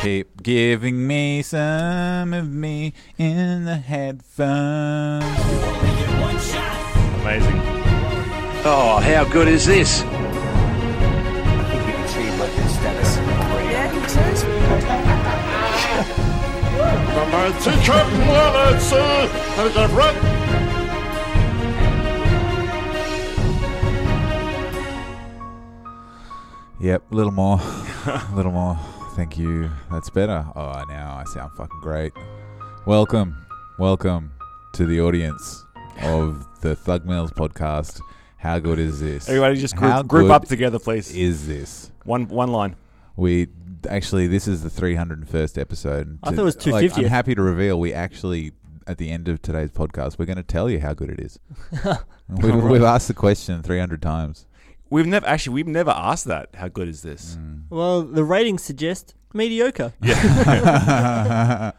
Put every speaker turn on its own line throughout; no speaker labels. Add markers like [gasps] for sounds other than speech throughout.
tape, giving me some of me in the headphones.
Amazing.
Oh, how good is this?
Yep, a little
[laughs]
more, a little more. Thank you. That's better. Oh, now I sound fucking great. Welcome, welcome to the audience of the Thug Mills podcast. How good is this?
Everybody just
How
group, group
good
up together, please.
Is this?
One one line.
We actually, this is the 301st episode.
I thought it was
To- like, I'm
250th.
happy to reveal we actually, at the end of today's podcast, we're going to tell you how good it
[laughs]
is. we've,
Alright.
we've asked the question 300 times.
We've never actually we've never asked that. How good is this?
Well, the ratings suggest mediocre.
[laughs] Hi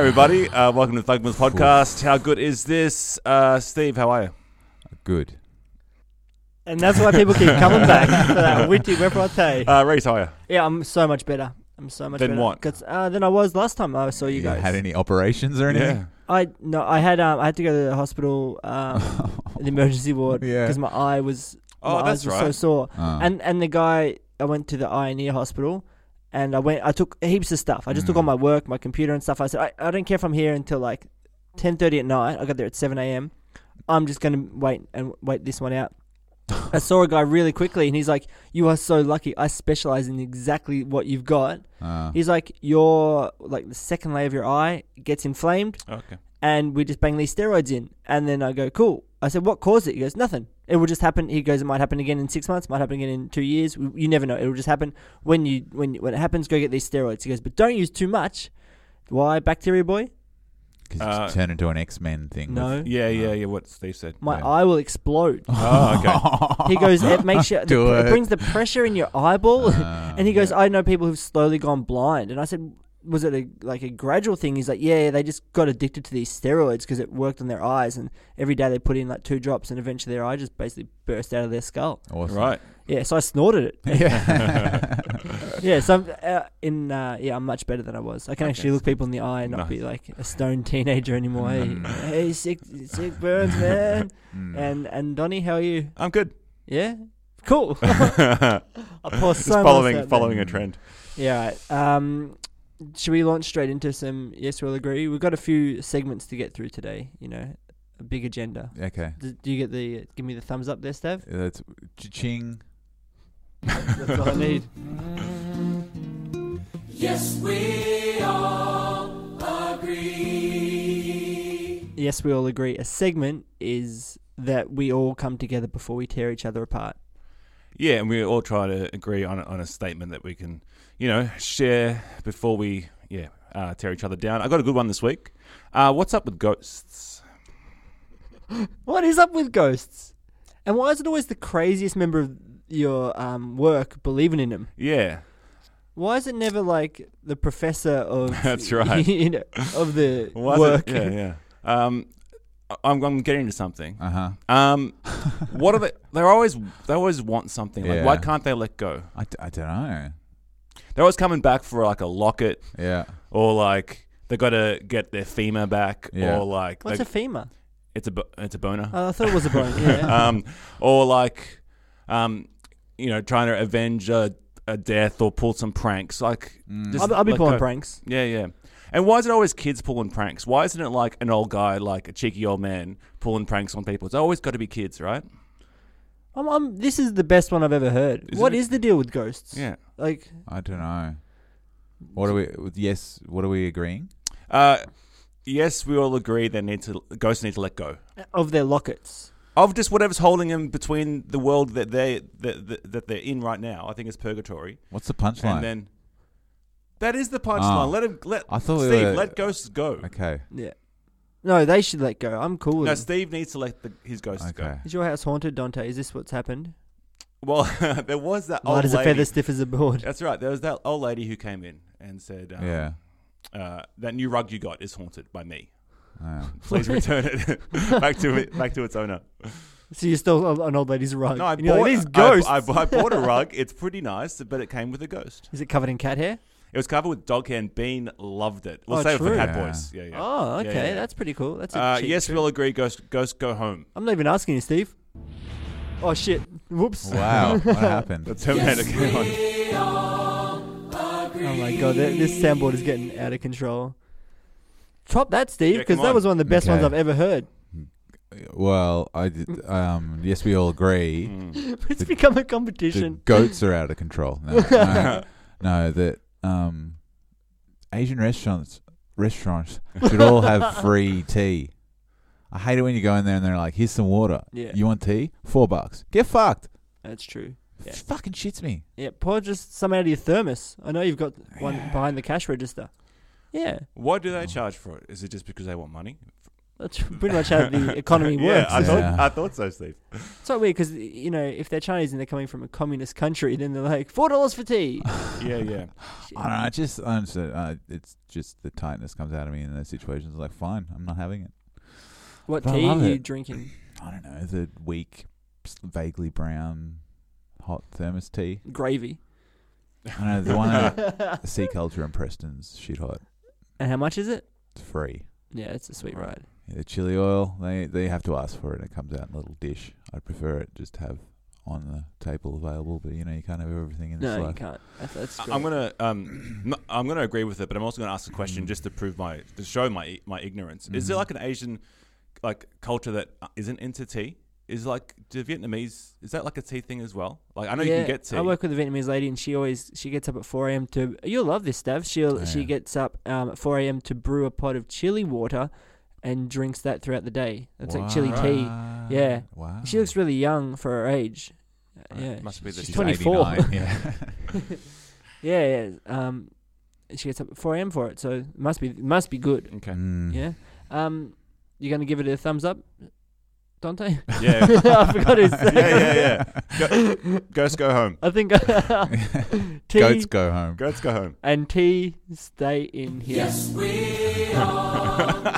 everybody. Uh, welcome to the Thugman's podcast. How good is this? Uh, Steve, how are you?
[laughs] Good.
And that's why people keep coming
[laughs]
back for that witty repartee.
Uh, Reese, how are you?
yeah, I'm so much better. I'm so much
Then
better.
what?
'Cause, uh, than I was last time I saw you guys.
had any operations or anything?
I no, I had um, I had to go to the hospital,
[laughs]
um, the emergency ward,
Yeah.
because my eye was
Oh,
my
that's
eyes were so
right.
sore.
Oh.
And and the guy, I went to the eye and ear hospital, and I went. I took heaps of stuff. I just took all my work, my computer and stuff. I said, I, I don't care if I'm here until like ten thirty at night. I got there at seven a.m. I'm just gonna wait and wait this one out. I saw a guy really quickly, and he's like, "You are so lucky. I specialize in exactly what you've got."
Uh,
He's like, "Your like the second layer of your eye gets inflamed."
Okay.
and we just bang these steroids in. And then I go, cool. I said, what caused it? He goes, nothing. It will just happen. He goes, it might happen again in six months, might happen again in two years. W- You never know. It will just happen when you when when it happens. Go get these steroids. He goes, but don't use too much. Why, bacteria boy?
'cause
Uh,
it's turned into an X Men thing.
No,
Yeah, yeah, yeah. What Steve said.
my
Yeah.
eye will explode.
Oh, okay.
[laughs]
he goes, it makes you.
Do
it
it.
brings the pressure in your
[laughs]
eyeball. [laughs]
Ah,
and he goes, I know people who've slowly gone blind. And I said. Was it a, like a gradual thing? He's like, yeah, they just got addicted to these steroids because it worked on their eyes, and every day they put in like two drops, and eventually their eye just basically burst out of their skull.
Awesome.
Right. [laughs]
Yeah, so I snorted it.
[laughs] Yeah. [laughs]
yeah, so I'm uh, in. Uh, yeah, I'm much better than I was. I can actually look people in the eye and not
Nice. Mm.
be like a stoned teenager anymore. Hey, [laughs] hey, sick, sick
[laughs]
burns, man.
Mm.
and and Donnie, how are you?
I'm
[laughs]
good.
Yeah, cool. [laughs]
[laughs] Just
I pour so much out,
following
man.
following a trend.
Yeah, right. Um, should we launch straight into some? Yes, we'll agree. We've got a few segments to get through today. You know, a big agenda.
okay.
Do, do you get the? Give me the thumbs up
[laughs]
there, Stav.
That's ching.
That's all I need. Yes, we all agree. A segment is that we all come together before we tear each other apart.
Yeah, and we all try to agree on a, on a statement that we can, you know, share before we, yeah, uh, tear each other down. I got a good one this week. Uh, what's up with ghosts?
What is up with ghosts? And why is it always the craziest member of your um, work believing in them?
Yeah,
Why is it never like the professor of
[laughs] That's right.
[laughs] you know, of the
Was it?
work?
Yeah, yeah. Um, I- I'm, I'm getting to something.
Uh [laughs] huh.
Um, what are they? They're always they always want something. Like,
Yeah.
why can't they let go?
I, d- I don't know.
They're always coming back for like a locket
Yeah.
or like they got to get their femur back
Yeah.
or like
What's
they-
a femur?
it's a bo- it's a boner.
Oh, I thought it was a bone.
[laughs]
Yeah.
um, or like, um, you know, trying to avenge a, a death or pull some pranks. Like,
Mm.
just
I'll, be- I'll be
let
pulling
go.
pranks.
Yeah, yeah. And why is it always kids pulling pranks? Why isn't it like an old guy, like a cheeky old man, pulling pranks on people? It's always got to be kids, right?
I'm, I'm, this is the best one I've ever heard. What
Isn't
is
it-
the deal with ghosts?
Yeah.
Like,
I don't know. What are we? Yes. What are we agreeing?
Uh, yes, we all agree they need to ghosts need to let go
of their lockets.
of just whatever's holding them between the world that they that, that, that they're in right now. I think it's purgatory,
What's the
and
punchline?
then. That is the punchline.
Ah.
Let him let
I thought we
Steve
were-
let ghosts go.
okay.
Yeah. No, they should let go. I'm cool with
No,
it.
Steve needs to let the, his ghosts go.
Okay.
Is your house haunted, Dante? Is this what's happened?
Well, [laughs] there was that
Light
old
as a
lady.
feather, stiff as a board.
That's right. There was that old lady who came in and said, um,
Yeah.
uh, "That new rug you got is haunted by me.
Oh.
Please return it [laughs] back to it, back to its owner."
[laughs] So you're still an old lady's rug.
No, I
And you're
bought
like, these
I-
ghosts.
I, I bought a rug. It's pretty nice, but it came with a ghost.
Is it covered in cat hair?
It was covered with dog hair, and Bean loved it. We'll
Oh,
save it
true.
for Cat
Yeah.
Boys. Yeah, yeah.
Oh,
Yeah,
okay,
yeah.
that's pretty cool. That's a
Uh,
cheap
yes,
trick.
we all agree. Ghost, ghost, go home.
I'm not even asking you, Steve. Oh shit! Whoops.
Wow,
[laughs]
what happened?
The Terminator came on.
[laughs] Oh my god, th- this soundboard is getting out of control. Top that, Steve,
Yeah,
because
come
that
on.
was one of the best ones
Okay.
I've ever heard. [laughs]
Well, I did, um, yes, we all agree.
Mm. [laughs]
It's become a
The
competition.
goats are out of control. No, no, no, that um, Asian restaurants restaurants should all have
[laughs]
free tea. I hate it when you go in there and they're like, "Here's some water.
Yeah.
You want tea? Four bucks. Get fucked."
That's true. Yeah.
It fucking shits me.
Yeah, pour just some out of your thermos. I know you've got one behind the cash register. Yeah,
Why do they charge for it? Is it just because they want money? [laughs]
that's pretty much how the economy
yeah,
works.
I thought,
Yeah.
I thought so, Steve.
It's so weird because you know if they're Chinese and they're coming from a communist country, then they're like four dollars for
[laughs]
tea.
Yeah, yeah.
I don't know. I just, I just uh, it's just the tightness comes out of me in those situations. Like, fine, I'm not having it.
What
But I
tea
love
are you
it.
drinking?
I don't know the weak, vaguely brown, hot thermos tea.
Gravy.
I know the one
[laughs]
at Sea Culture in Preston's shit hot.
And how much is it?
It's free.
Yeah, it's a sweet
Right.
ride.
Yeah, the chili oil, they they have to ask for it. It comes out in a little dish. I prefer it just to have on the table available. But you know, you can't have everything in this
No, you
life.
can't. That's, that's
I- I'm
great.
gonna um, no- I'm gonna agree with it, but I'm also gonna ask a question just to prove my to show my my ignorance. Is there like an Asian like culture that uh, isn't into tea? Is like do Vietnamese is that like a tea thing as well? Like I know you
Yeah,
can get tea.
I work with a Vietnamese lady, and she always she gets up at 4 a.m. to. You'll love this, Stav. She'll
Oh,
she
yeah.
gets up um, at 4 a.m. to brew a pot of chili water, and drinks that throughout the day. That's like chili tea.
Wow.
Yeah.
Wow.
She looks really young for her age. Uh,
Right,
Yeah,
must be the
she's
tea.
24.
89,
[laughs]
Yeah. [laughs]
yeah, yeah. Um, she gets up at 4 a.m. for it, so it must be it must be good.
okay.
Mm. [laughs]
Yeah. Um, you're gonna give it a thumbs up,
[laughs]
Dante?
[laughs] Yeah.
[laughs] I forgot his
yeah, yeah, yeah. Go, ghosts go home.
[laughs] I think [laughs]
[laughs]
tea
Goats go home.
Ghosts go home.
and tea stay in here. Yes, we are.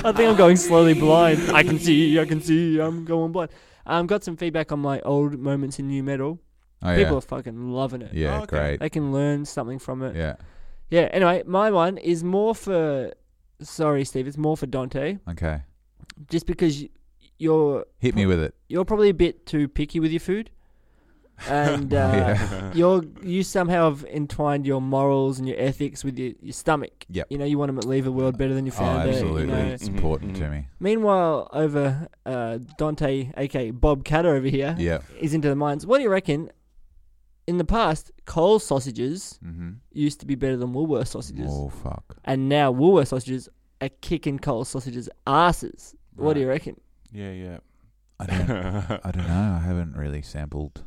I think I'm going slowly blind. I can see, I can see, I'm going blind. Um, got some feedback on my old moments in new metal.
Oh,
People uh,
yeah.
are fucking loving it.
Yeah,
Oh, okay.
great.
They can learn something from it.
Yeah.
Yeah, anyway, my one is more for. Sorry, Steve, it's more for Dante.
Okay.
Just because y- you're
Hit me with it.
you're probably a bit too picky with your food,
[laughs]
[laughs]
and uh,
Yeah.
you're you somehow have entwined your morals and your ethics with your, your stomach.
Yep.
You know you want to leave a world better than you
Oh,
found it. you
absolutely.
know.
It's important to
Mm-hmm.
me.
Meanwhile, over uh, Dante, aka Bob Catter over here,
Yeah.
is into the mines. What do you reckon? In the past, Cole sausages
Mm-hmm.
used to be better than Woolworth sausages,
Oh, fuck.
and now Woolworth sausages are kicking Cole sausages' asses. What do you reckon?
Yeah, [laughs] yeah.
I don't, I don't know. I haven't really sampled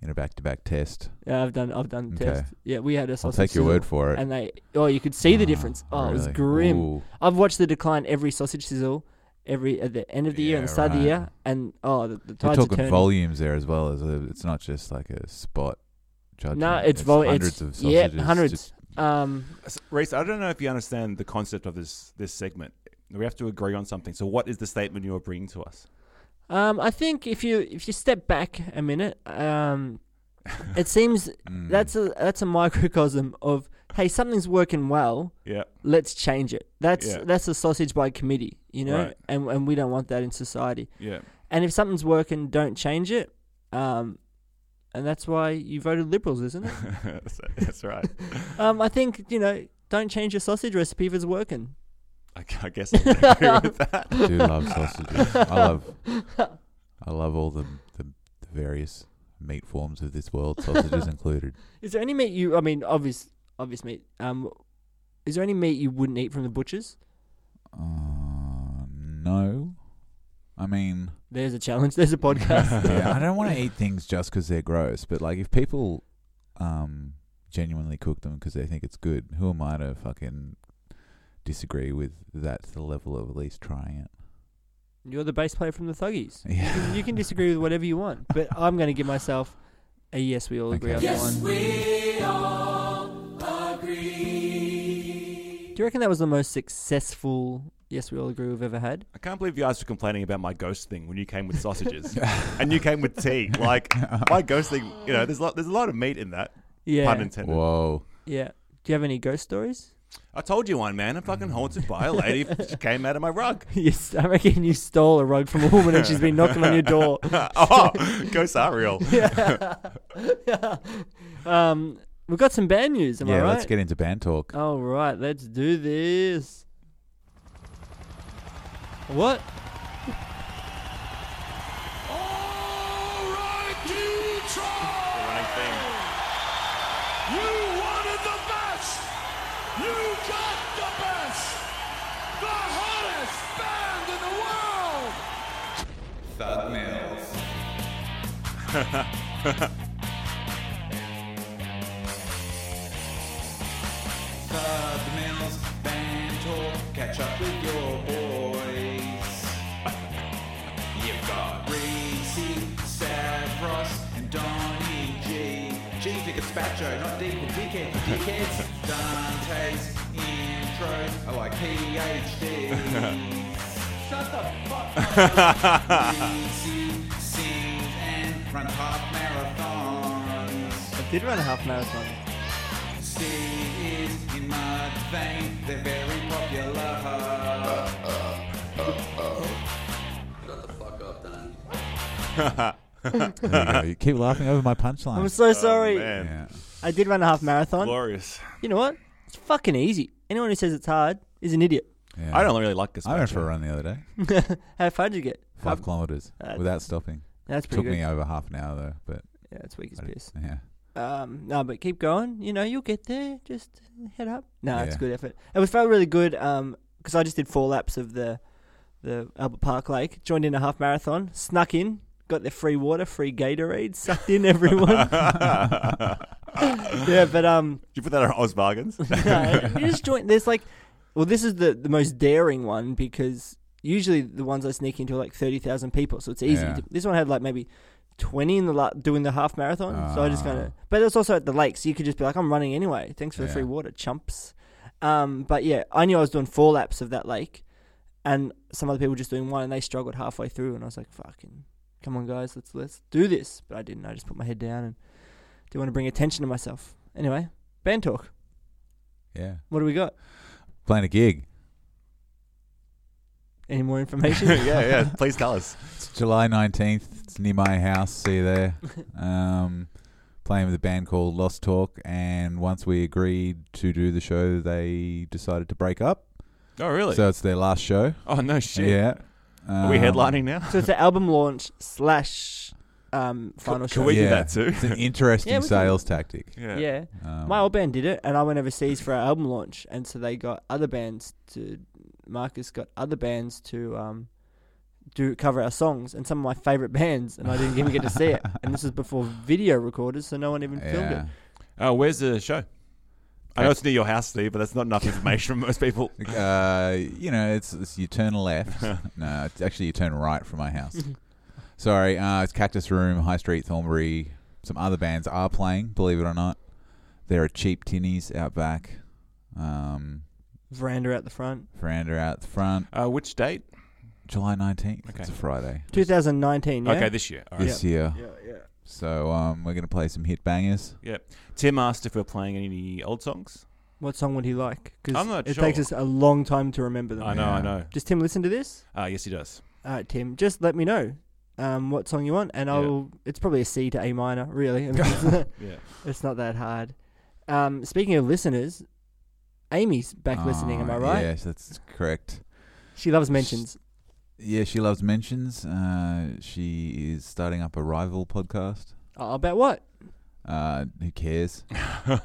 in a back to back test.
Yeah, I've done. I've done
Okay.
tests. Yeah, we had a
I'll
sausage.
take your
sizzle.
word for it.
and they oh you could see the
Ah,
difference. Oh, it was
really?
grim.
Ooh.
I've watched the decline every sausage sizzle, every at the end of the year and the
Yeah,
start of the
right.
year, and oh the, the
We're
tides are
talking
turning.
volumes there as well. As a, it's not just like a spot judgment.
no, it's, vol-
hundreds
it's,
of
yeah,
sausages.
hundreds.
Just-
Um,
S- Reese, I don't know if you understand the concept of this this segment. We have to agree on something. So, what is the statement you're bringing to us?
um, I think if you if you step back a minute,
[laughs]
um, it seems
Hmm.
mm.
that's a that's a microcosm of hey something's working well.
Yeah,
Let's change it. That's
Yeah.
that's a sausage by committee, you know,
Right.
and and we don't want that in society.
yeah.
And if something's working, don't change it. Um, and that's why you voted liberals, isn't it?
[laughs] that's, that's [laughs] right.
[laughs] um, I think you know, don't change your sausage recipe if it's working.
I, gu- I [laughs] guess I would agree with that.
I do love sausages. I love, I love all the, the the various meat forms of this world,
[laughs]
sausages included.
Is there any meat you? I mean, obvious, obvious meat. Um, is there any meat you wouldn't eat from the butchers?
Uh, no, I mean,
There's a challenge. There's a
[laughs]
podcast.
yeah, I don't want to eat things just 'cause they're gross. But like, if people um, genuinely cook them 'cause they think it's good, who am I to fucking disagree with that to the level of at least trying
You're the bass player from the Thuggies.
it? Yeah.
You can disagree with whatever you want,
[laughs]
but I'm going to give myself a yes. We all agree
Okay.
on that one. Do you reckon that was the most successful yes we all agree we've ever had?
I can't believe you guys were complaining about my ghost thing when you came with [laughs] sausages and you came with tea. Like my ghost thing, you know, there's a lot, there's a lot of meat in that.
Yeah.
Pun intended.
Whoa.
Yeah. Do you have any ghost stories? [laughs]
I told you one, man. I'm fucking haunted by a [laughs] lady who came out of my rug. [laughs]
yes, I reckon you stole a rug from a woman and she's been knocking on
[laughs]
your door. [laughs]
oh, go Sariel.
yeah. Um, we've got some band news, am I
yeah,
right?
let's get into band
[laughs]
talk.
All right, let's do this. What?
Running thing.
Catch up with your boys. You've got Reese, Savros, and Donnie G. G for Gazpacho, not D for dickhead, for dickheads. Dante's intro, I like PhD. [laughs] Shut the fuck up. Reese sings and runs half marathons.
I did run a half marathon.
Steve is in my vein. They're very popular. Shut the fuck up,
There
Donnie.
you, go. You keep laughing over my
I'm
punchline.
so sorry.
Man,
Yeah.
I did run a half marathon.
glorious.
You know what? It's fucking easy. Anyone who says it's hard is an idiot.
yeah.
I don't really like this.
I went for a run the other day,
How far'd you get?
five
How-
kilometers
That's-
without stopping.
That's uh, pretty
Took
good.
me over half an hour though, but
Yeah, it's weak as
I did-
piss. [laughs]
yeah.
Um, no, but keep going. You know, you'll get there. Just head up. No, it's
Yeah.
good effort. It was felt really good. Um, because I just did four laps of the, the Albert Park Lake. Joined in a half marathon. Snuck in. Got their free water, free Gatorade. Sucked
[laughs]
in everyone. [laughs] yeah, but um,
[laughs] Did you put that on Oz Bargains?
no, [laughs] you just join. There's like, well, this is the the most daring one because usually the ones I sneak into are like thirty thousand people, so it's easy.
Yeah.
To, this one had like maybe twenty in the la- doing the half marathon, so I just
Ah.
kind of. But it's also at the lake, so you could just be like, I'm running anyway. Thanks for the
Yeah.
free water, chumps. Um, but yeah, I knew I was doing four laps of that lake, and some other people were just doing one, and they struggled halfway through, and I was like, fucking. Come on, guys, let's let's do this. But I didn't. I just put my head down and didn't want to bring attention to myself. Anyway, band talk.
Yeah.
What do we got?
Playing a gig.
Any more
[laughs]
information?
yeah, yeah. Please tell us.
It's July 19th. It's near my house. See you
[laughs]
there. Um, playing with a band called Lost Talk. And once we agreed to do the show, they decided to break up.
Oh, really?
So it's their last show.
oh, no shit.
Yeah.
Are we
Um,
headlining now?
so it's the album launch slash um, final show.
Can we
Yeah.
do that too?
It's an
[laughs]
interesting
[laughs] Yeah, we can-
sales tactic.
yeah.
Um,
Oh.
My old band did it, and I went overseas for our album launch, and so they got other bands to. Marcus got other bands to um, do cover our songs, and some of my favorite bands, and I didn't even get to see it. And this is before video recorders, so no one even filmed it.
yeah.
Uh, where's the show? I know it's near your house, Steve, but that's not enough information for most people.
Uh, you know, it's, it's you turn left. no, it's actually you turn right from my house. [laughs] Sorry, uh, it's Cactus Room, High Street, Thornbury. Some other bands are playing, believe it or not. There are cheap tinnies out back. Um,
Veranda out the front.
Veranda out the front.
[laughs] Uh, which date?
July 19th.
Okay.
It's a Friday
2019. Yeah.
Okay, this year. All right.
this year.
Yeah, yeah.
So um, we're going to play some hit bangers.
Tim asked if we're playing any old songs.
What song would he like? Because
I'm not
it
sure.
takes us a long time to remember them.
I know, I know.
Does Tim listen to this?
Uh, yes, he does.
All right, Tim, just let me know um, what song you want, and
Yeah.
I'll. It's probably a C to A minor, really. [laughs] I mean, it's,
[laughs] Yeah.
it's not that hard. Um, speaking of listeners, Amy's back listening. Am I
Ah,
Uh,
right?
Yes, that's correct.
She loves mentions.
Yeah, she loves mentions. Uh, she is starting up a rival podcast.
Oh, about what?
Uh, who cares?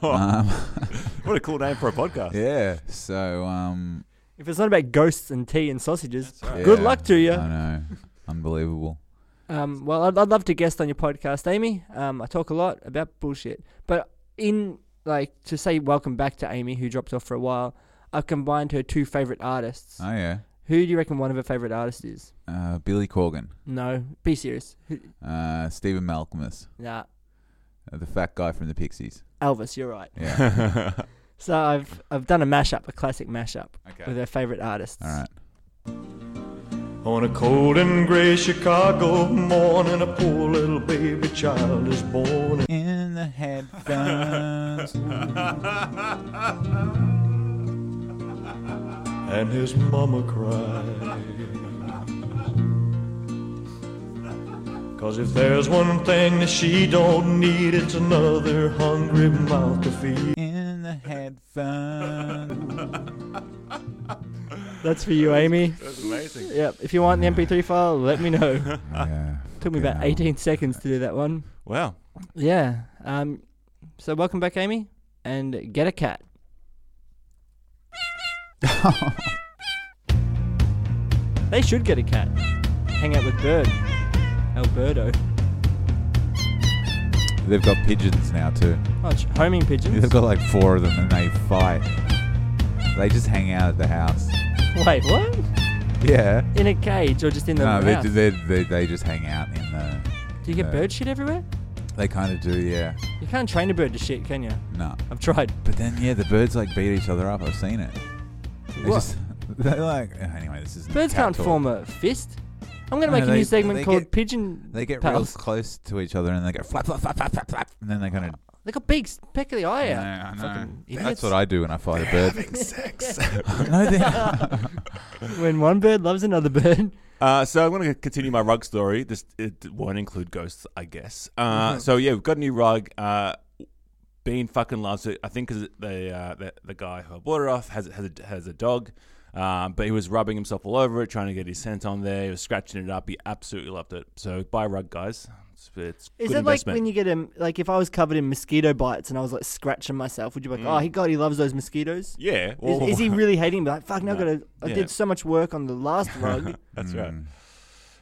um,
[laughs] What a cool name for a podcast.
yeah. So um,
If it's not about ghosts and tea and sausages,
That's right.
good
yeah,
luck to you.
I know. Unbelievable.
Um, well, I'd, I'd love to guest on your podcast, Amy. Um, I talk a lot about bullshit, but in like to say welcome back to Amy, who dropped off for a while. I've combined her two favorite artists.
Oh yeah.
Who do you reckon one of her favorite artists is?
Uh, Billy Corgan,
No, be serious. Who,
uh, Stephen Malcolmus,
Nah,
uh, the fat guy from the Pixies.
Elvis, you're right.
Yeah.
[laughs]
So I've I've done a mashup, a classic mashup with
okay.
their favorite artists.
All right.
On a cold and gray Chicago morning, a poor little baby child is born.
In the headphones.
and his mama cried. Cause if there's one thing that she don't need, it's another hungry mouth to feed.
in the
[laughs]
headphones.
That's for you, Amy.
That's amazing.
Yep. If you want the MP3 file, let
[laughs]
me know.
yeah.
Took me about
Yeah.
18 seconds to do that one.
[laughs] Wow.
Yeah. Um. So welcome back, Amy, and get a cat. they should get a cat. Hang out with Bird. Alberto.
They've got pigeons now too.
Oh, it's homing pigeons.
They've got like four of them and they fight. They just hang out at the house.
Wait, what?
Yeah.
In a cage or just in the
No, they,
house?
they, they, they just hang out in the.
Do you get
uh,
bird shit everywhere?
They kind of do, yeah.
You can't train a bird to shit, can you?
No.
I've tried.
But then, yeah, the birds like beat each other up. I've seen it. They
What?
just. [laughs] They like. Anyway, this is.
Birds can't form a fist. I'm gonna
No,
make a
they-
new segment
they
called
get-
Pigeon.
They get
Pals.
real close to each other and they go flap, flap, flap, flap, flap, flap. And then they kind of.
They got beaks, peck of the eye out.
Yeah, I know.
Oh, Fucking idiots.
That's what I do when I fight a
[laughs]
bird. [laughs]
[laughs]
no, they're- [laughs]
when one bird loves another bird.
Uh, so I'm going to continue my rug story. This it won't include ghosts, I guess. Uh, So yeah, we've got a new rug. Uh, Bean fucking loves it. I think because the, uh, the the guy who I bought it off has has a, has a dog, um, but he was rubbing himself all over it, trying to get his scent on there. He was scratching it up. He absolutely loved it. So buy a rug, guys. It's, it's
Is
good
it like
investment.
when you get him? Like if I was covered in mosquito bites and I was like scratching myself, would you be
Mm.
like, "Oh, he God, he loves those mosquitoes"?
yeah.
Is,
well-
is
[laughs]
he
Oh.
really hating me? Like, fuck, now I
No.
gotta. I
Yeah.
did so much work on
[laughs]
the last rug.
That's right.
Mm.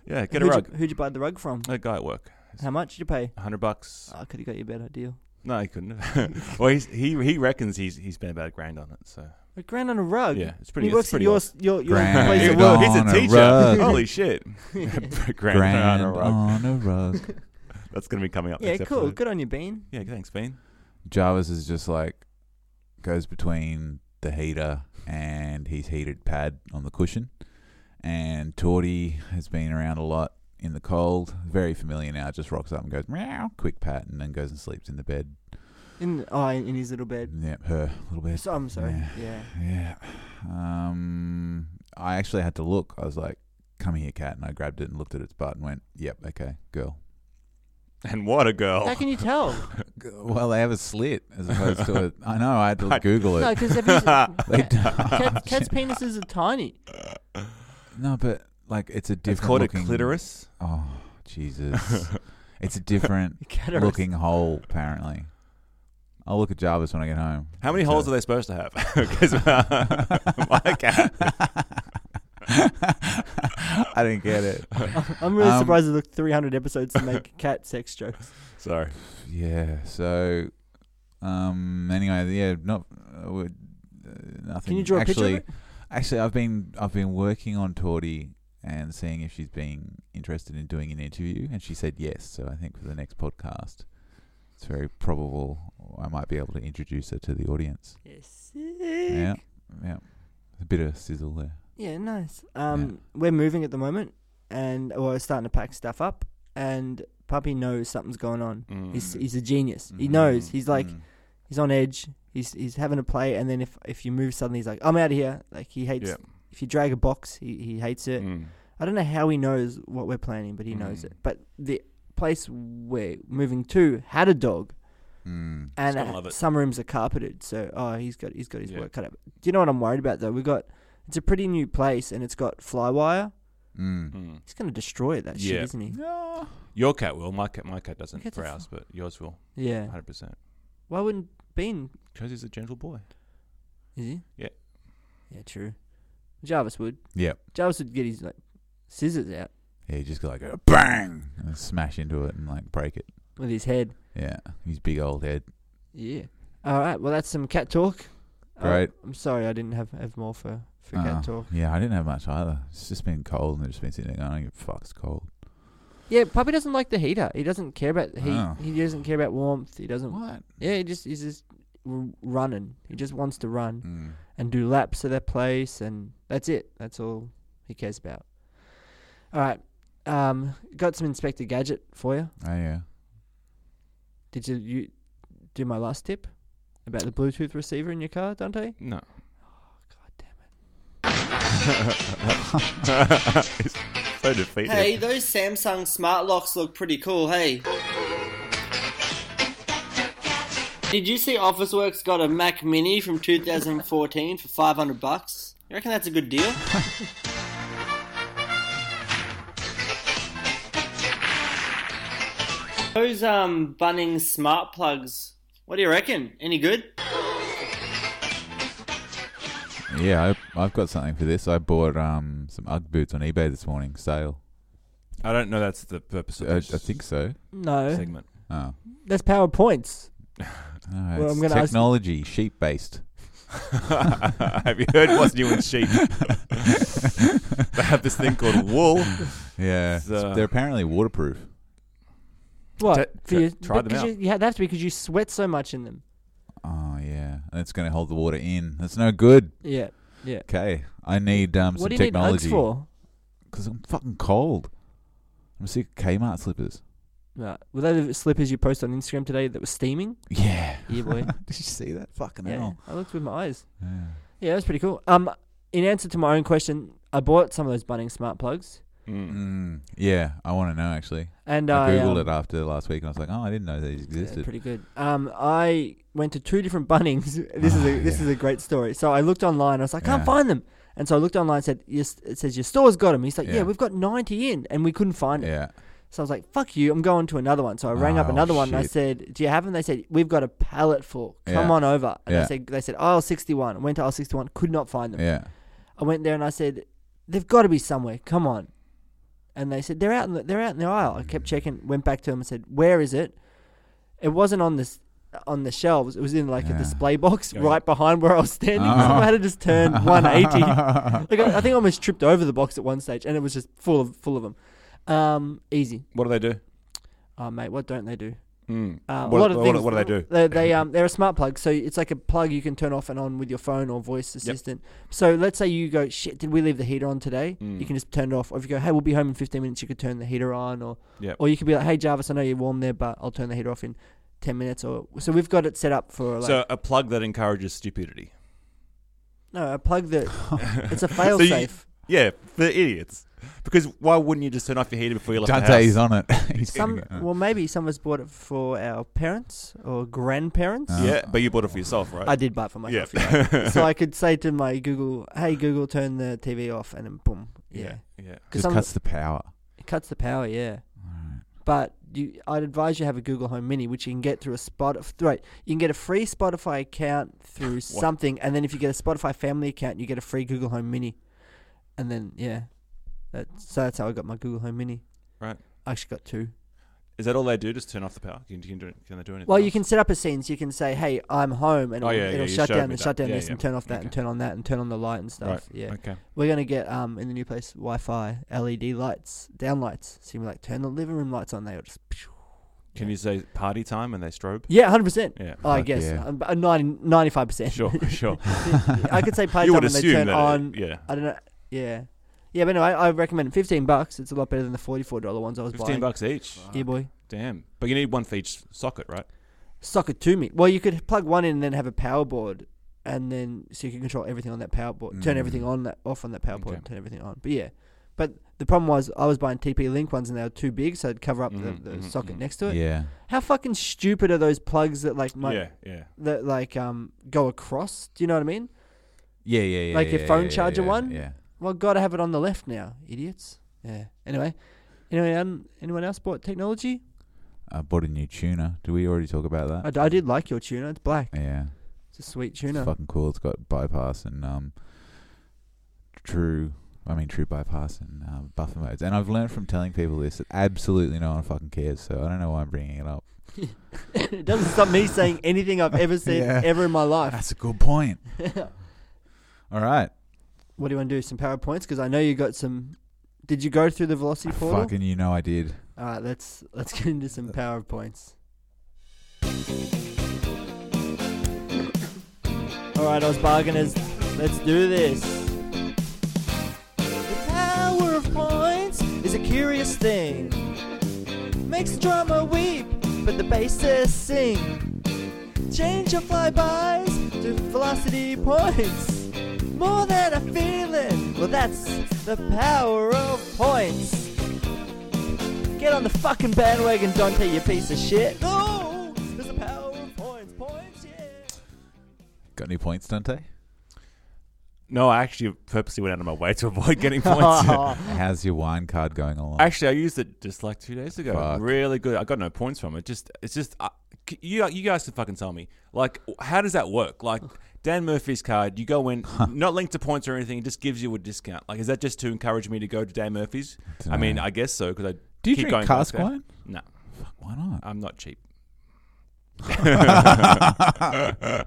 Yeah, get a
who'd,
rug.
You, who'd you buy the rug from?
That guy at work.
How much did you pay?
Hundred bucks.
Oh, I could have got you a better deal.
No, he couldn't. [laughs] have. well, he's, he he reckons he's he spent about a grand on it. So
A grand on a rug.
yeah, it's pretty.
he
it's
works at
pretty
your,
awesome.
your, your
Grand.
place
Hey,
Hey,
of
well,
work.
he's
on
a
a
teacher.
rug.
Holy shit. [laughs] Grand
Grand
on a rug.
on a rug. [laughs]
[laughs]
That's going to be coming up
Yeah,
next
cool.
episode.
Good on you, Bean.
Yeah, thanks, Bean.
Jarvis is just like goes between the heater and his heated pad on the cushion. And Torty has been around a lot in the cold, very familiar now. Just rocks up and goes meow, quick pat, and then goes and sleeps in the bed.
In oh, in, in his little bed.
Yep, her little bed.
So, I'm sorry.
Yeah. Yeah.
Yeah.
Um, I actually had to look. I was like, "Come here, cat," and I grabbed it and looked at its butt and went, "Yep, okay, girl."
And what a
How
Oh.
girl.
can you tell?
[laughs] G- Well, they have a slit as opposed
[laughs]
to a. I know. I had to
I-
Google
no,
it. [laughs]
because [laughs]
They
cats,
do- [laughs]
cats' penises are tiny.
No, but like it's a different.
It's called a
looking-
clitoris.
Oh
[laughs]
Jesus! it's a different
Cat
looking hole. Apparently, I'll look at Jarvis when I get home.
How many holes are they supposed to have? [laughs]
[laughs]
'Cause, uh, [laughs] my cat.
I didn't get it. [laughs]
I'm really
Um,
surprised it took 300
[laughs]
episodes to make cat sex jokes.
Sorry.
Yeah. So, um. Anyway, yeah. Not. Uh, would- uh, nothing.
Can you draw a
actually,
picture? Of it?
Actually, I've been I've been working on Torty and seeing if she's being interested in doing an interview, and she said yes. So I think for the next podcast, it's very probable I might be able to introduce her to the audience.
Yes.
Yeah, yeah, a bit of sizzle there.
Yeah, nice. Um, we're moving at the moment, and we're starting to pack stuff up. And puppy knows something's going on. He's he's a genius. He knows. He's like
Mm.
he's on edge. He's he's having a play, and then if if you move suddenly, he's like, I'm out of here. Like he hates.
Yeah.
If you drag a box, he he hates it.
Mm.
I don't know how he knows what we're planning, but he knows
Mm.
it. But the place we're moving to had a dog,
Mm.
and
Some
uh,
love it.
some rooms are carpeted. So oh, he's got he's got his
Yeah.
work cut out. Do you know what I'm worried about though? We got it's a pretty new place, and it's got fly wire.
Mm.
Mm.
He's gonna destroy that shit,
Yeah.
isn't he?
Your cat will. My cat, my cat doesn't
Cats are
browse, but yours will.
Yeah.
100%.
Why wouldn't Bean?
Because he's a gentle boy.
Is he?
Yeah.
Yeah, true. Jarvis would.
Yep.
Jarvis would get his like scissors out
Yeah, you just go like a bang and smash into it and like break it.
with his head.
Yeah, his big old head.
Yeah. All right. Well, that's some cat talk. Uh,
Great.
I'm sorry I didn't have, have more for, for
Uh,
cat talk.
Yeah, I didn't have much either. It's just been cold and I've just been sitting there going, I don't give a fuck, it's cold.
Yeah, puppy doesn't like the heater. He doesn't care about the heat.
Oh.
He doesn't care about warmth. He doesn't.
What?
Yeah, he just he's just r- running. He just wants to run
Mm.
and do laps of that place, and that's it. That's all he cares about. All right. Um, got some Inspector Gadget for you.
Oh, yeah.
Did you, you do my last tip about the Bluetooth receiver in your car, Dante?
No.
God damn it.
so defeated.
Hey, those Samsung smart locks look pretty cool, hey. Did you see Officeworks got a Mac Mini from 2014 for 500 bucks? You reckon that's a good
[laughs]
deal? Those um Bunnings smart plugs, what do you reckon? Any good?
Yeah, I, I've got something for this. I bought um, some UGG boots on eBay this morning, sale. Uh,
I don't know. That's the purpose of
I, I
this
think so.
No,
segment. [laughs]
Oh.
that's PowerPoints.
No,
Well,
Uh, it's
I'm gonna ask-
technology, sheep
[laughs]
based.
have you heard what's new in sheep? they have this thing called wool.
[laughs] Yeah,
It's, uh,
they're apparently waterproof.
What?
T-
for
t-
your,
try them
because
out.
You, yeah, that's because you sweat so much in them.
Oh yeah, and it's going to hold the water in. That's no good.
Yeah, yeah.
Okay, I need um,
what
some
do you
technology
need Uggs for?
because I'm fucking cold. I'm sick of Kmart slippers.
Right. Were they the slippers you posted on Instagram today that
[laughs]
were steaming?
Yeah.
Yeah, boy.
Did you see that? Fucking
yeah,
hell.
I looked with my eyes.
Yeah.
Yeah, that's pretty cool. Um, in answer to my own question, I bought some of those Bunnings smart plugs,
Mm.
Mm, yeah, I want to know actually.
and
I
I,
googled it
um,
after last week, and I was like, "Oh, I didn't know these
yeah,
existed."
pretty good. Um, I went to two different Bunnings. [laughs] This
[laughs]
is a
Ah,
this
yeah.
is a great story. So I looked online. I was like, I can't
Yeah.
find them. And so I looked online. Said yes, it says your store's got them. He's like, yeah.
Yeah.
we've got ninety in, and we couldn't find them.
yeah.
So I was like, fuck you. I'm going to another one. So I rang up
Oh,
another one. and I
shit.
said, do you have them? They said we've got a pallet full. Come
Yeah.
on over. And I
Yeah.
said they said aisle sixty one. I went to aisle sixty one. Could not find them.
Yeah.
I went there and I said, "They've got to be somewhere. Come on." And they said, "They're out. In the, they're out in the aisle." I kept checking. Went back to them and said, "Where is it?" It wasn't on this on the shelves. It was in like a
Yeah.
display box
Yeah.
right behind where I was standing. So
Oh.
I had to
[laughs]
just turn 180. like I, I think I almost tripped over the box at one stage, and it was just full of full of them. Um, easy.
What do they do?
Oh mate, what don't they do?
Mm.
Uh,
What-
a lot of
what-
things.
what do they do?
They, they, um, they're a smart plug, so it's like a plug you can turn off and on with your phone or voice assistant. So let's say you go, shit, did we leave the heater on today?
Hmm.
You can just turn it off. Or if you go, hey, we'll be home in 15 minutes, you could turn the heater on, or
Yep.
or you could be like, hey Jarvis, I know you're warm there, but I'll turn the heater off in 10 minutes. Or so we've got it set up for like
so a plug that encourages stupidity.
no, a
[laughs]
plug that it's a
So
fail
you-
safe.
Yeah, for idiots. Because why wouldn't you just turn off your heater before you left the house?
Dante's on it. [laughs] He's
some
getting it.
well, maybe some of us bought it for our parents or grandparents.
Uh,
Yeah, but you bought it for yourself, right?
I did buy it for myself. yeah.
Uh, [laughs] yeah.
so I could say to my Google, "Hey Google, turn the TV off," and then boom, yeah,
yeah.
Just
because it
cuts the power.
cuts the power, yeah. But you, I'd advise you have a Google Home Mini, which you can get through a spot. Right, you can get a free Spotify account
[laughs]
through something, and then if you get a Spotify Family account, you get a free Google Home Mini, and then yeah, that's so that's how I got my Google Home Mini.
Right.
I actually got two.
Is that all they do? Just turn off the power? Can, can, do, can they do anything?
Well, you
else?
can set up a scene. So you can say, "Hey, I'm home," and
Oh,
it'll,
yeah, yeah,
it'll
you
shut
showed
down
me
and
that.
shut down
Yeah,
this and
yeah.
turn off that and
Okay.
turn on that and turn on the light and stuff. Yeah.
Okay.
We're gonna get um in the new place Wi-Fi LED lights, down lights. So you can like turn the living room lights on. They will just
Can you say party time and they strobe?
yeah, hundred percent. [laughs]
Yeah.
I
Fuck
guess
yeah.
um, but, uh, 95
[laughs]
percent.
Sure,
[laughs]
sure.
I could say play
you
time
would
when they turn
assume that.
on.
It, yeah.
I don't know. Yeah, yeah, but anyway, I recommend it. fifteen bucks. It's a lot better than the forty-four dollar ones I was
15
buying.
bucks each.
Yeah, boy.
Damn. But you need one for each socket, right?
Socket to me. Well, you could plug one in and then have a power board, and then so you can control everything on that power board. Turn
Mm.
everything on that off on that power board.
Okay.
and Turn everything on. But yeah, but the problem was I was buying TP Link ones and they were too big, so it'd cover up
Mhm,
the, the
mhm,
socket
mhm.
next to it.
Mm-hmm, Yeah.
How fucking stupid are those plugs that like my,
yeah, yeah.
that like um go across? Do you know what I mean?
Yeah, yeah, yeah.
Like your
yeah,
phone
yeah,
charger
yeah,
one?
Yeah.
Well, gotta have it on the left now, idiots. Yeah. Anyway, anyone anyone else bought technology?
I bought a new tuner. Did we already talk about that?
I, d- I did like your tuna. It's black.
yeah.
It's a sweet
It's
tuna.
fucking cool. It's got bypass and um, true. I mean, true bypass and um, buffer modes. And I've learned from telling people this that absolutely no one fucking cares. So I don't know why I'm bringing it up.
[laughs] it doesn't stop me saying anything I've ever said
[laughs] Yeah.
ever in my life.
Ah, That's a good
[laughs]
point. All right.
What do you want to do? Some powerpoints? Because I know you got some. Did you go through the velocity portal?
Fucking, you know I did.
All right, let's let's get into some powerpoints. All right, us bargainers, let's do this. The power of points is a curious thing. Makes the drummer weep, but the bassist sing. Change your flybys to velocity points. More than a feeling. Well, that's the power of points. Get on the fucking bandwagon, Dante, you piece of shit. Oh, there's the power of points. Points, yeah.
Got any points,
[gasps]
Dante?
No, I actually purposely went out of my way to avoid
[laughs]
getting points.
Ah.
How's your wine card going along?
Actually, I used it just like two days ago.
Oh. Fuck.
Really good. I got no points from it. Just it's just uh, c- you. You guys can fucking tell me. Like, how does that work? Like Dan Murphy's card. You go in, not linked to points or anything. It just gives you a discount. Like, is that just to encourage me to go to Dan Murphy's? I mean,
Dunno.
I guess so because I
Do you
keep
drink
going
cask
back there.
wine?
No,
Why not?
I'm not
[laughs]
cheap. [laughs]